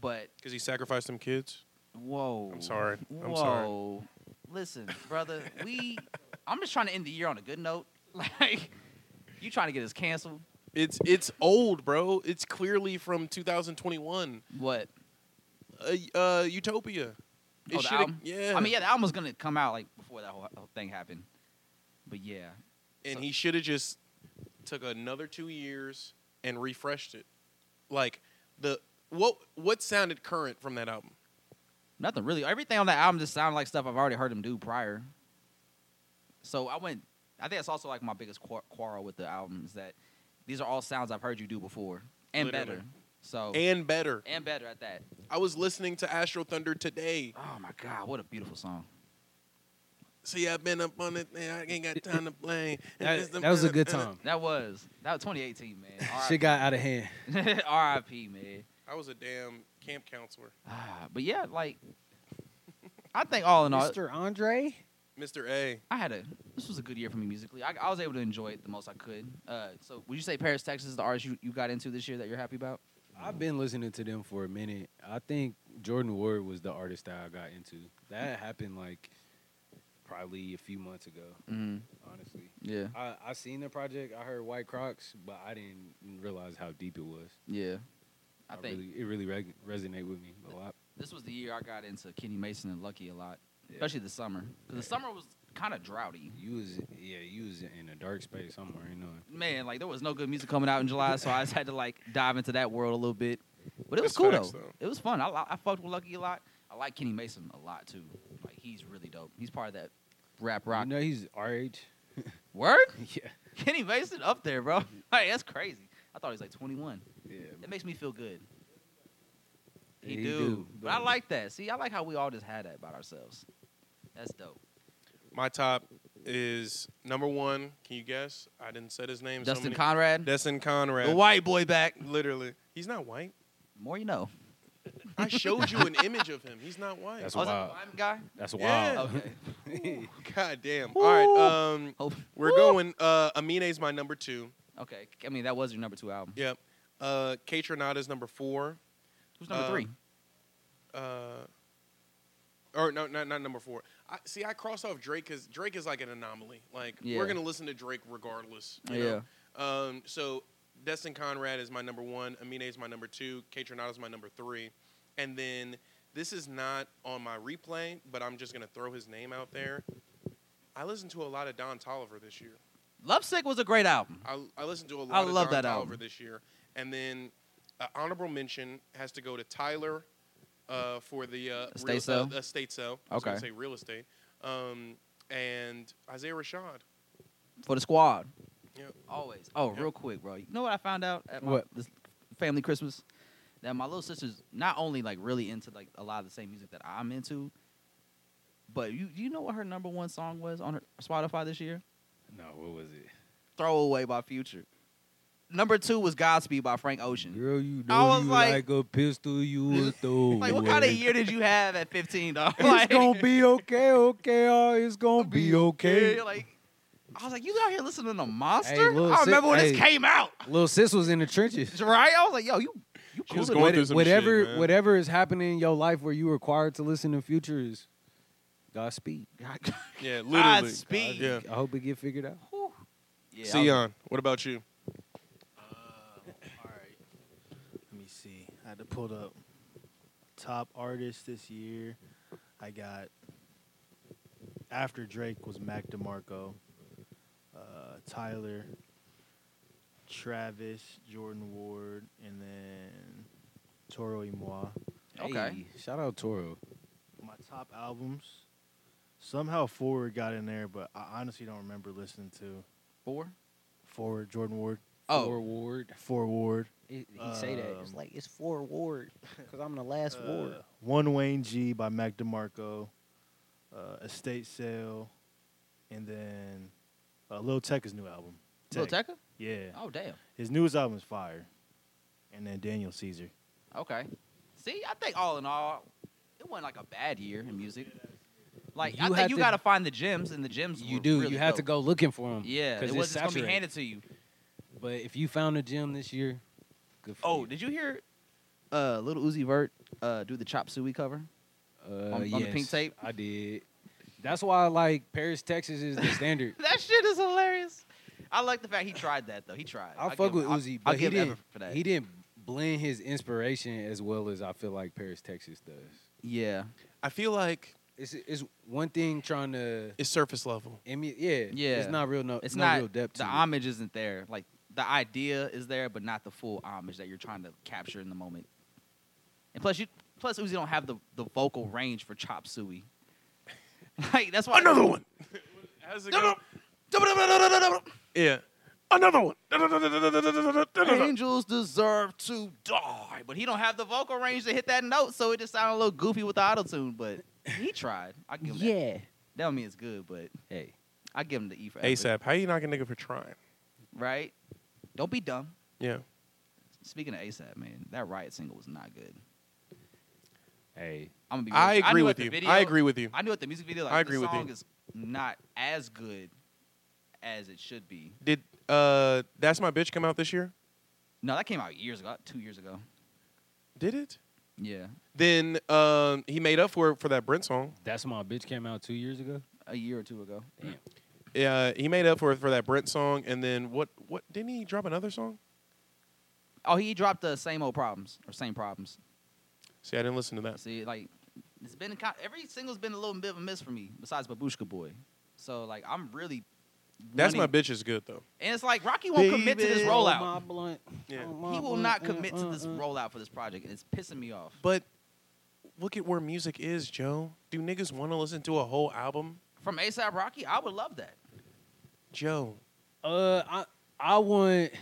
S3: but
S6: because he sacrificed them kids.
S3: whoa.
S6: I'm sorry. I'm sorry.
S3: whoa. Listen, brother, we. I'm just trying to end the year on a good note. Like, you trying to get us canceled?
S6: It's it's old, bro. It's clearly from 2021.
S3: What?
S6: Uh, uh, Utopia.
S3: Oh, the
S6: shoulda-
S3: album?
S6: Yeah.
S3: I mean, yeah, the album was gonna come out like before that whole, whole thing happened, but yeah,
S6: And he should have just took another two years and refreshed it. Like the what what sounded current from that album?
S3: nothing really. Everything on that album just sounded like stuff I've already heard him do prior. So I went. I think that's also like my biggest quar- quarrel with the album is that these are all sounds I've heard you do before and
S6: Literally.
S3: better. So
S6: And better.
S3: and better at that.
S6: I was listening to Astro Thunder today.
S3: Oh my God, what a beautiful song!
S6: See, I've been up on it. Man, I ain't got time to play.
S5: That, that was a good time.
S3: That was that was 2018, man.
S5: Shit got out of hand.
S3: R.I.P. R.I.P. Man.
S6: I was a damn camp counselor.
S3: Ah, but yeah, like I think all in all,
S5: Mr. Andre?
S6: Mr. A.
S3: I had a this was a good year for me musically. I, I was able to enjoy it the most I could. Uh, so would you say Paris, Texas is the artist you, you got into this year that you're happy about?
S5: I've been listening to them for a minute. I think Jordan Ward was the artist that I got into. That happened like probably a few months ago,
S3: Mm-hmm.
S5: honestly.
S3: Yeah,
S5: I, I seen the project. I heard White Crocs, but I didn't realize how deep it was.
S3: yeah. I, think
S5: really, it really reg- resonated with me a lot.
S3: this was the year I got into Kenny Mason and Lucky a lot, especially the summer because the summer was kind of droughty.
S5: You was yeah, you was in a dark space somewhere, you know.
S3: Man, like there was no good music coming out in July, so I just had to like dive into that world a little bit. But it was
S6: That's
S3: cool
S6: facts,
S3: though.
S6: though.
S3: It was fun. I, li- I fucked with Lucky a lot. I like Kenny Mason a lot too. Like he's really dope. He's part of that rap rock
S5: You know he's our age.
S3: word.
S5: yeah,
S3: Kenny Mason up there, bro. Like that's crazy. I thought he was like 21.
S5: yeah.
S3: It makes me feel good. He,
S5: He
S3: do.
S5: do,
S3: but I
S5: but-
S3: like that. See, I like how we all just had that about ourselves. That's dope.
S6: My top is number one. Can you guess? I didn't said his name. so
S3: Dustin
S6: many-
S3: Conrad,
S6: Dustin Conrad.
S3: the white boy back.
S6: Literally, he's not white.
S3: More you know.
S6: I showed you an image of him. He's not white.
S5: That's
S3: Oh, is it
S5: wild.
S3: Lime guy.
S5: That's
S6: Yeah.
S5: wild.
S3: Okay.
S6: God damn. All right. Um,
S3: Hope.
S6: we're going. Uh, Amine's my number two.
S3: Okay. I mean, that was your number two album.
S6: Yep. Uh, K Tronada's number four.
S3: Who's number
S6: Uh,
S3: three?
S6: Uh, or no, not not number four. I, see, I crossed off Drake because Drake is like an anomaly. Like
S3: Yeah.
S6: we're gonna listen to Drake regardless. you know? Um, so Destin Conrad is my number one. Amine is my number two. K Tronada is my number three. And then this is not on my replay, but I'm just gonna throw his name out there. I listened to a lot of Don Tolliver this year.
S3: Lovesick was a great album.
S6: I, I listened to a lot
S3: I
S6: of
S3: love
S6: Don
S3: that
S6: Tolliver
S3: album.
S6: this year. And then uh, honorable mention has to go to Tyler uh, for the uh,
S3: Estate
S6: real-
S3: sale?
S6: Uh, estate sale. I was gonna
S3: Okay.
S6: say real estate. Um, and Isaiah Rashad.
S3: for the squad.
S6: Yep.
S3: Always. Oh,
S6: Yep.
S3: real quick, bro. You know what I found out at my,
S5: What?
S3: this family Christmas? That my little sister's not only like really into like a lot of the same music that I'm into, but you you know what her number one song was on her Spotify this year?
S5: No, what was it?
S3: Throwaway by Future. Number two was Godspeed by Frank Ocean.
S5: Girl, you
S3: I
S5: know
S3: was
S5: you
S3: like-
S5: like, a pistol, you a throw.
S3: Like what kind of year did you have at 15, dog?
S5: It's gonna be okay, okay, oh, it's gonna be okay.
S3: Like I was like, you out here listening to Monster?
S5: little
S3: I
S5: sis-
S3: remember when this
S5: hey.
S3: came out,
S5: Little sis was in the trenches.
S3: right? I was like, yo, you you
S6: She was
S3: cool
S6: going
S5: What-
S6: through some
S5: whatever,
S6: shit, man.
S5: whatever is happening in your life where you required to listen to future is Godspeed.
S6: Yeah, literally.
S3: Godspeed.
S6: Yeah.
S5: I hope it get figured out.
S3: Whew. Yeah, I was-
S6: Sion, what about you?
S7: Um, All right. Let me see. I had to pull up top artists this year. I got after Drake was Mac DeMarco, uh, Tyler, Travis, Jordan Ward, and then Toro Imoa.
S3: Okay.
S5: Hey, shout out Toro.
S7: My top albums. Somehow Forward got in there, but I honestly don't remember listening to
S3: Four.
S7: Forward, Jordan Ward,
S3: Oh.
S5: Four Ward.
S7: Forward.
S5: He, he
S7: Um,
S5: like it's four Ward because I'm the last
S7: Uh, One Wayne G by Mac DeMarco, uh, Estate Sale, and then uh, Lil Tecca's new album.
S3: Lil
S7: Tecca?
S3: Tecca?
S7: Yeah.
S3: Oh damn.
S7: His newest album is Fire. And then Daniel Caesar.
S3: Okay. See, I think all in all, it wasn't like a bad year in music. Like
S5: You
S3: I think
S5: had
S3: you
S5: to-
S3: got to find the gems, and the gems
S5: You
S3: were
S5: do.
S3: really
S5: you have to
S3: dope.
S5: go looking for them.
S3: Yeah, it
S5: because
S3: wasn't just gonna be
S5: saturated.
S3: handed to you.
S5: But if you found a gym this year, good for
S3: Oh,
S5: you.
S3: did you hear? Uh, little Uzi Vert uh, do the Chop Suey cover.
S5: Uh,
S3: on- on the pink
S5: yes,
S3: tape?
S5: I did. That's why like Paris, Texas is the standard.
S3: That shit is hilarious. I like the fact he tried that though. He tried.
S5: I
S3: I'll
S5: fuck
S3: give-
S5: with
S3: I'll-
S5: Uzi,
S3: I'll,
S5: but he
S3: give him
S5: didn't.
S3: effort for that.
S5: He didn't blend his inspiration as well as I feel like Paris, Texas does.
S3: Yeah.
S6: I feel like
S5: It's it's one thing trying to
S6: it's surface level.
S5: emu- yeah
S3: Yeah.
S5: It's not real no.
S3: It's
S5: no
S3: not
S5: real depth.
S3: the
S5: to it.
S3: homage isn't there. Like the idea is there, but not the full homage that you're trying to capture in the moment. And plus, you plus Uzi don't have the, the vocal range for chop suey. like that's why another one.
S6: How's it
S3: No,
S6: go? Yeah.
S3: Angels deserve to die, but he don't have the vocal range to hit that note, so it just sounded a little goofy with the auto tune. But he tried. I give him that. That don't mean it's good, but
S5: Hey,
S3: I give him the E for effort,
S6: ASAP. How you knocking nigga for trying?
S3: Right? Don't be dumb.
S6: Yeah.
S3: Speaking of ASAP, man, that Riot single was not good.
S5: Hey,
S3: I'm gonna be.
S6: I
S3: real.
S6: agree
S3: knew
S6: with
S3: at the
S6: you.
S3: video-
S6: I agree with you.
S3: I knew at the music video, like
S6: I agree
S3: this
S6: with you.
S3: song is not as good as it should be.
S6: Did uh, That's My Bitch come out this year?
S3: No, that came out years ago, two years ago.
S6: Did it?
S3: Yeah,
S6: Then um, he made up for it for that Brent song.
S5: that's my bitch came out two years ago.
S3: a year or two ago.
S6: Yeah, he made up for it for that Brent song. And then what? What didn't he drop another song?
S3: Oh, he dropped the same old problems or same problems.
S6: See, I didn't listen to that.
S3: See, like it's been a, co- every single's been a little bit of a miss for me, besides Babushka Boy. So like I'm really.
S6: That's my
S3: wanting-
S6: bitch is good though.
S3: And it's like Rocky won't commit to this
S6: Baby,
S5: oh,
S6: oh
S3: rollout.
S6: Yeah.
S3: He
S6: Mm,
S3: will not commit
S5: Uh,
S3: to this rollout for this project, and it's pissing me off.
S6: But look at where music is, Joe. Do niggas want to listen to a whole album?
S3: From ASAP Rocky, I would love that.
S6: Joe,
S5: Uh, I I want.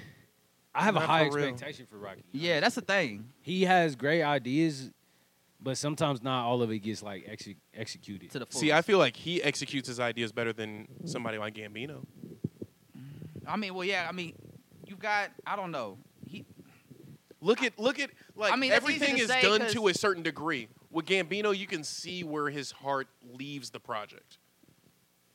S5: I have a
S6: Not
S5: high
S6: for real.
S5: expectation for Rocky.
S3: Yeah, that's the thing.
S5: he has great ideas, but sometimes not all of it gets like exe- executed.
S3: To the fullest.
S6: see, I feel like he executes his ideas better than somebody like Gambino.
S3: I mean, well, yeah. I mean, you got. I don't know. He
S6: Look at look at like
S3: I mean, that's easy
S6: everything
S3: to
S6: is
S3: say
S6: done
S3: 'cause-
S6: to a certain degree. With Gambino, you can see where his heart leaves the project.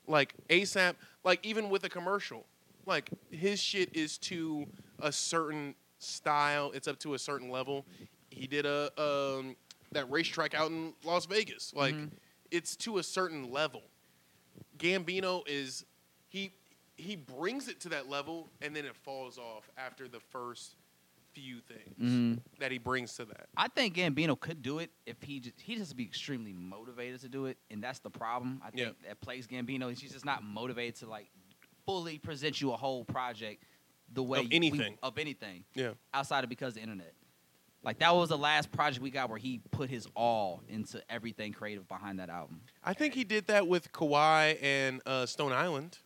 S6: Like ASAP, like even with a commercial, like his shit is to a certain style. It's up to a certain level. He did a um, that racetrack out in Las Vegas. Like
S3: Mhm.
S6: it's to a certain level. Gambino is he he brings it to that level and then it falls off after the first few things
S3: Mhm.
S6: that he brings to that.
S3: I think Gambino could do it if he just he just be extremely motivated to do it, and that's the problem. I think that plays Gambino. He's just not motivated to like fully present you a whole project the way
S6: Of
S3: you- we-
S6: anything.
S3: of anything
S6: Yeah.
S3: outside of because of the internet. Like that was the last project we got where he put his all into everything creative behind that album.
S6: I think he did that with Kawhi and uh, Stone Island.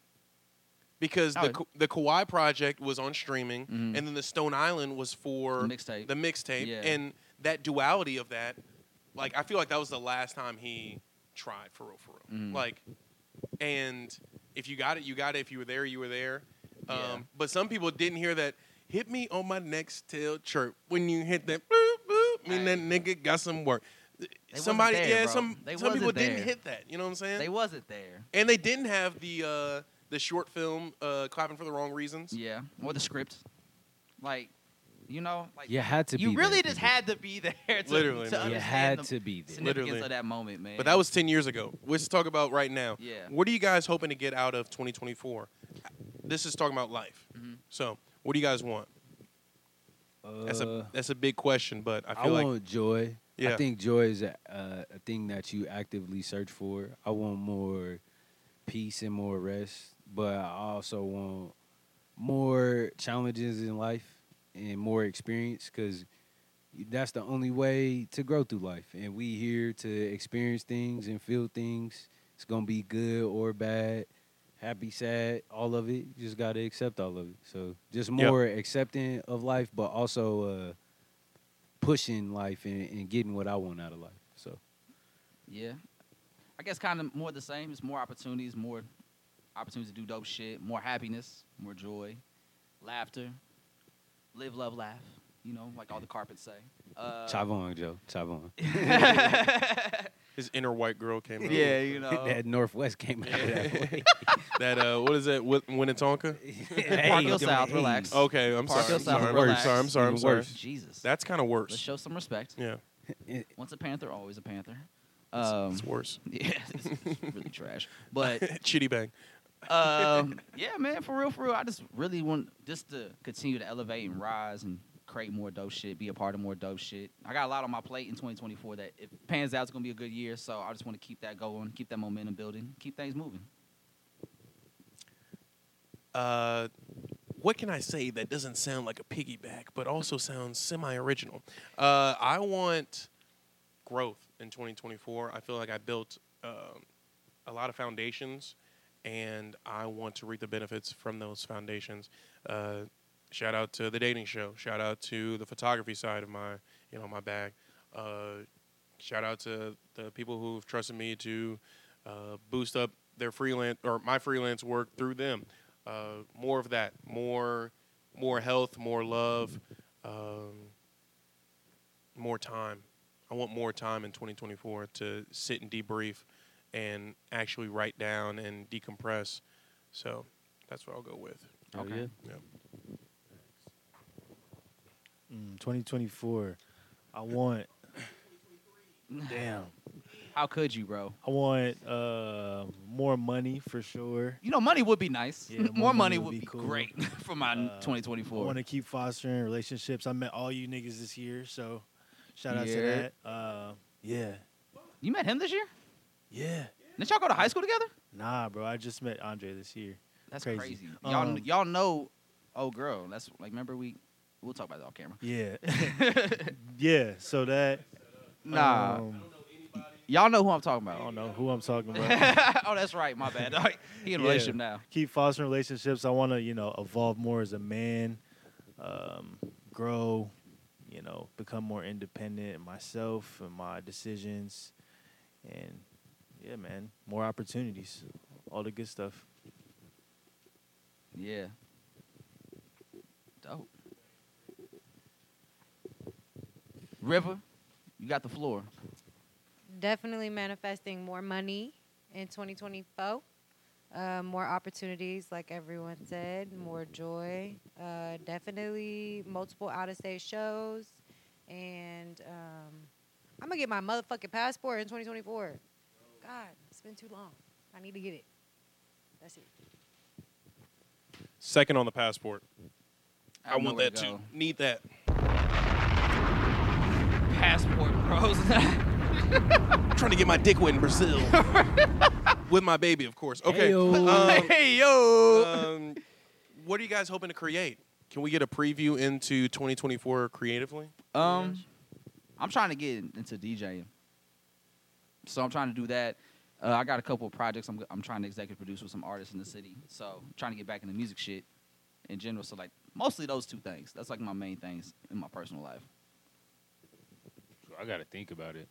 S6: Because
S3: Oh,
S6: the
S3: yeah.
S6: Ka- the Kawhi project was on streaming,
S3: Mhm.
S6: and then the Stone Island was for
S3: The mixtape.
S6: the mixtape,
S3: Yeah.
S6: and that duality of that, like I feel like that was the last time he tried for real, for real.
S3: Mhm.
S6: Like, and if you got it, you got it. If you were there, you were there. Um,
S3: Yeah.
S6: But some people didn't hear that. Hit me on my next tail chirp when you hit that. Boop, boop, mean that nigga got some work.
S3: wasn't
S6: Somebody,
S3: there,
S6: yeah,
S3: bro.
S6: some
S3: They
S6: some people
S3: wasn't
S6: didn't
S3: there.
S6: hit that. You know what I'm saying?
S3: They wasn't there.
S6: and they didn't have the uh, the short film uh, clapping for the wrong reasons.
S3: Yeah, or the script, like you know, like
S5: you had to.
S3: you
S5: be
S3: really
S5: there,
S3: just
S5: people.
S3: had to be there to,
S6: Literally,
S3: to
S6: man.
S5: You
S3: understand
S5: had
S3: the
S5: to be there.
S3: significance
S6: Literally.
S3: of that moment, man.
S6: But that was 10 years ago. Let's talk about right now.
S3: Yeah.
S6: What are you guys hoping to get out of 2024? This is talking about life.
S3: Mhm.
S6: So, what do you guys want? That's
S3: Uh,
S6: a that's a big question, but I
S5: Uh, I,
S6: feel like
S5: want joy.
S6: Yeah.
S5: I think joy is a, uh, a thing that you actively search for. I want more peace and more rest, but I also want more challenges in life and more experience because that's the only way to grow through life. And we here to experience things and feel things. It's gonna be good or bad, happy, sad, all of it. You just gotta accept all of it. So just
S6: Yep.
S5: more accepting of life, but also. Uh, pushing life and, and getting what I want out of life. So
S3: yeah. I guess kind of more the same. It's more opportunities, more opportunities to do dope shit, more happiness, more joy, laughter, live, love, laugh. You know, like all the carpets say. Uh,
S5: Chavon, Joe, Chavon.
S6: his inner white girl came out.
S3: yeah, you know.
S5: that Northwest came out of that way.
S6: That uh what is that Win- Winnetonka?
S5: Hey,
S3: Park Hill
S5: don't-
S3: South,
S5: hey.
S3: relax.
S6: Okay, I'm
S3: Park
S6: sorry. I'm
S3: yourself,
S6: sorry. I'm
S3: relax.
S6: sorry. I'm sorry. I'm
S5: Even
S6: sorry.
S5: worse.
S3: Jesus.
S6: That's kind of
S3: Let's
S6: worse.
S3: show some respect.
S6: Yeah.
S5: It-
S3: Once a Panther, always a Panther. Um,
S6: It's worse.
S3: yeah, it's, it's really trash. But
S6: Chitty bang.
S3: um, yeah, man, for real, for real. I just really want just to continue to elevate and rise and create more dope shit, be a part of more dope shit. I got a lot on my plate in 2024 that if it pans out, it's gonna be a good year. So I just want to keep that going, keep that momentum building, keep things moving.
S6: uh, what can I say that doesn't sound like a piggyback, but also sounds semi-original? Uh, I want growth in 2024. I feel like I built um a lot of foundations, and I want to reap the benefits from those foundations. Uh, shout out to the dating show. Shout out to the photography side of my, you know, my bag. Uh, shout out to the people who've trusted me to uh, boost up their freelance or my freelance work through them. Uh, more of that, more, more health, more love, um, more time. I I want more time in 2024 to sit and debrief and actually write down and decompress. So that's what I'll go with.
S5: Oh,
S3: Okay.
S6: Yeah.
S7: Mm, 2024. I want. Damn.
S3: How could you, bro?
S7: I want uh, more money for sure.
S3: You know, money would be nice.
S7: Yeah,
S3: more, money, would be,
S7: cool.
S3: great for my
S7: Uh, I
S3: 2024.
S7: want to keep fostering relationships. I met all you niggas this year, so shout out
S3: Yeah.
S7: to that. Uh, yeah,
S3: You met him this year?
S7: yeah.
S3: Did y'all go to high school together?
S7: Nah, bro, I just met Andre this year.
S3: That's crazy.
S7: Crazy.
S3: Y'all,
S7: Um,
S3: y'all know, oh girl, that's like remember we, we'll talk about that off camera.
S7: Yeah, yeah. So that
S3: Nah,
S6: Oh.
S7: um,
S3: y'all know who I'm talking
S7: I
S3: about.
S7: don't know who I'm talking about.
S3: oh, that's right. My bad. Like, he in a
S7: Yeah.
S3: relationship now.
S7: keep fostering relationships. I want to, you know, evolve more as a man, um, grow, you know, become more independent in myself and my decisions, and yeah, man, more opportunities, all the good stuff.
S3: Yeah. Dope. River, you got the floor.
S8: Definitely manifesting more money in 2024. Uh, more opportunities, like everyone said, more joy. Uh, definitely multiple out of state shows. And um, I'm going to get my motherfucking passport in 2024. God, it's been too long. I need to get it. That's it.
S6: Second on the passport. I,
S3: don't know
S6: want
S3: where
S6: that too.
S3: go.
S6: Need that.
S3: Passport, bros.
S6: I'm trying to get my dick wet in Brazil. With my baby, of course. Okay.
S5: Heyo.
S3: hey yo.
S6: Um, what are you guys hoping to create? Can we get a preview into 2024 creatively?
S3: Um, I'm trying to get into DJing, so I'm trying to do that. Uh, I got a couple of projects I'm I'm trying to executive produce with some artists in the city, so trying to get back into music shit in general. So like mostly those two things. That's like my main things in my personal life.
S5: I gotta think about it.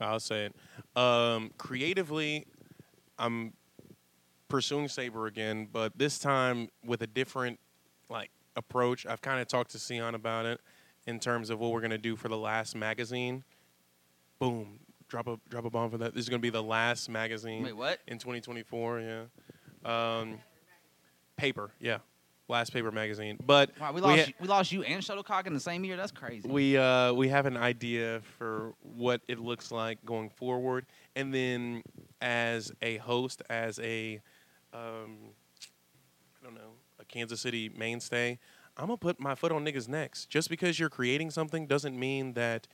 S6: I'll say it. Um, creatively, I'm pursuing Saber again, but this time with a different like approach. I've kind of talked to Sion about it in terms of what we're gonna do for the last magazine. Boom! Drop a drop a bomb for that. This is gonna be the last magazine.
S3: Wait, what?
S6: in 2024. Yeah, um, paper. Yeah, last paper magazine. But
S3: Wow, we
S6: we
S3: lost
S6: ha-
S3: you, we lost you and Shuttlecock in the same year. That's crazy.
S6: we uh, we have an idea for what it looks like going forward, and then as a host, as a um, I don't know, a Kansas City mainstay, I'm gonna put my foot on niggas' necks. Just because you're creating something doesn't mean that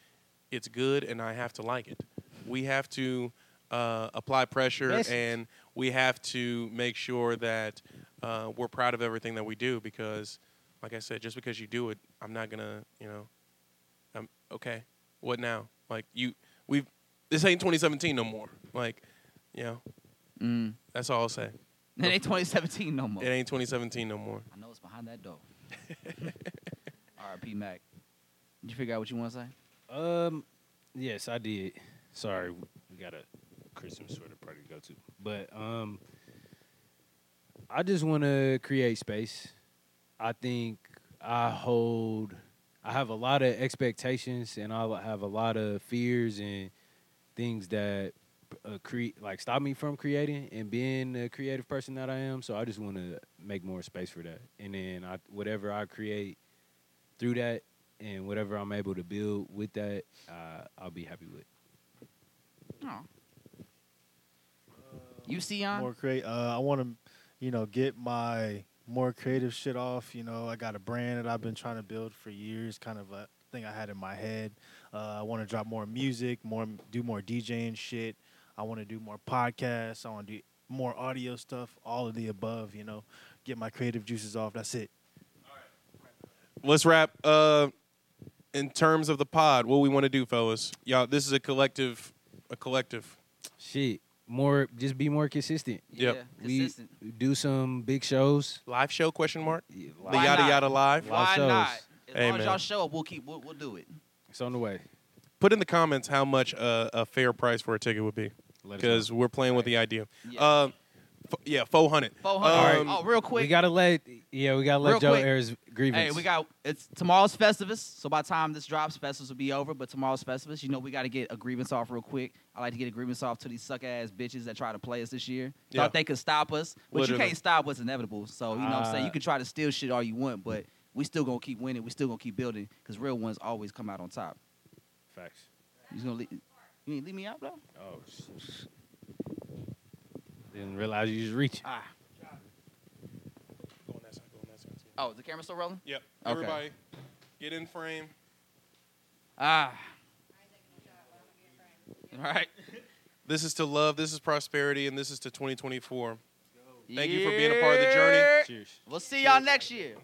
S6: it's good and I have to like it. We have to uh, apply pressure
S3: Message.
S6: and we have to make sure that uh, we're proud of everything that we do because, like I said, just because you do it, I'm not gonna, you know, I'm okay. What now? Like you, we've this ain't 2017 no more. Like, you know,
S3: Mm.
S6: that's all I'll say.
S3: It ain't 2017 no more.
S6: It ain't 2017 no more.
S3: I know it's behind that door. R.I.P. Mac. Did you figure out what you want to say?
S5: Um, yes, I did. Sorry, we got a Christmas sort of party to go to, but um, I just want to create space. I think I hold, I have a lot of expectations, and I have a lot of fears and things that uh, create like stop me from creating and being the creative person that I am. So I just want to make more space for that, and then I whatever I create through that and whatever I'm able to build with that, uh, I'll be happy with.
S3: No. You see, on
S7: More create. Uh, I want to, you know, get my more creative shit off. You know, I got a brand that I've been trying to build for years. Kind of a thing I had in my head. Uh, I want to drop more music, more do more DJing shit. I want to do more podcasts. I want to do more audio stuff. All of the above. You know, get my creative juices off. That's it.
S6: Let's wrap. Uh, in terms of the pod, what we want to do, fellas, y'all. This is a collective, a collective.
S5: Shit, more just be more consistent.
S3: yeah,
S6: Yep.
S3: consistent.
S5: We do some big shows.
S6: Live show? Question mark.
S5: Yeah,
S6: The
S3: Why
S5: live-
S6: yada
S3: not?
S6: yada live.
S5: Why-
S3: Why
S5: shows.
S3: not? As
S6: Hey,
S3: long as
S6: man.
S3: y'all show up, we'll keep. We'll, we'll do it.
S5: It's on the way.
S6: Put in the comments how much uh, a fair price for a ticket would be,
S5: Let us know.
S6: because we're playing with the idea.
S3: Yeah.
S6: Uh, F- yeah, four hundred.
S3: Four hundred.
S6: Um,
S3: oh, real quick.
S5: We gotta let yeah, we gotta let
S3: Real
S5: Joe
S3: quick.
S5: air his grievance.
S3: Hey, we got it's tomorrow's Festivus, so by the time this drops, Festivus will be over. But tomorrow's Festivus, you know, we got to get a grievance off real quick. I like to get a grievance off to these suck ass bitches that try to play us this year.
S6: Yeah.
S3: Thought they could stop us, but you
S6: Literally.
S3: can't stop what's inevitable. So you know, what I'm saying
S7: Uh,
S3: you can try to steal shit all you want, but we still gonna keep winning. We still gonna keep building because real ones always come out on top.
S5: facts.
S3: You gonna leave, you ain't leave me out though?
S5: Oh shit. Didn't realize you was reaching.
S3: Ah.
S6: Go on that side, go on that side.
S3: Oh, is the camera still rolling?
S6: Yep.
S3: Okay.
S6: Everybody, get in frame.
S3: Ah. All right.
S6: This is to love. This is prosperity, and this is to 2024. Thank you for being a part of the journey.
S7: Cheers.
S3: We'll see y'all next year.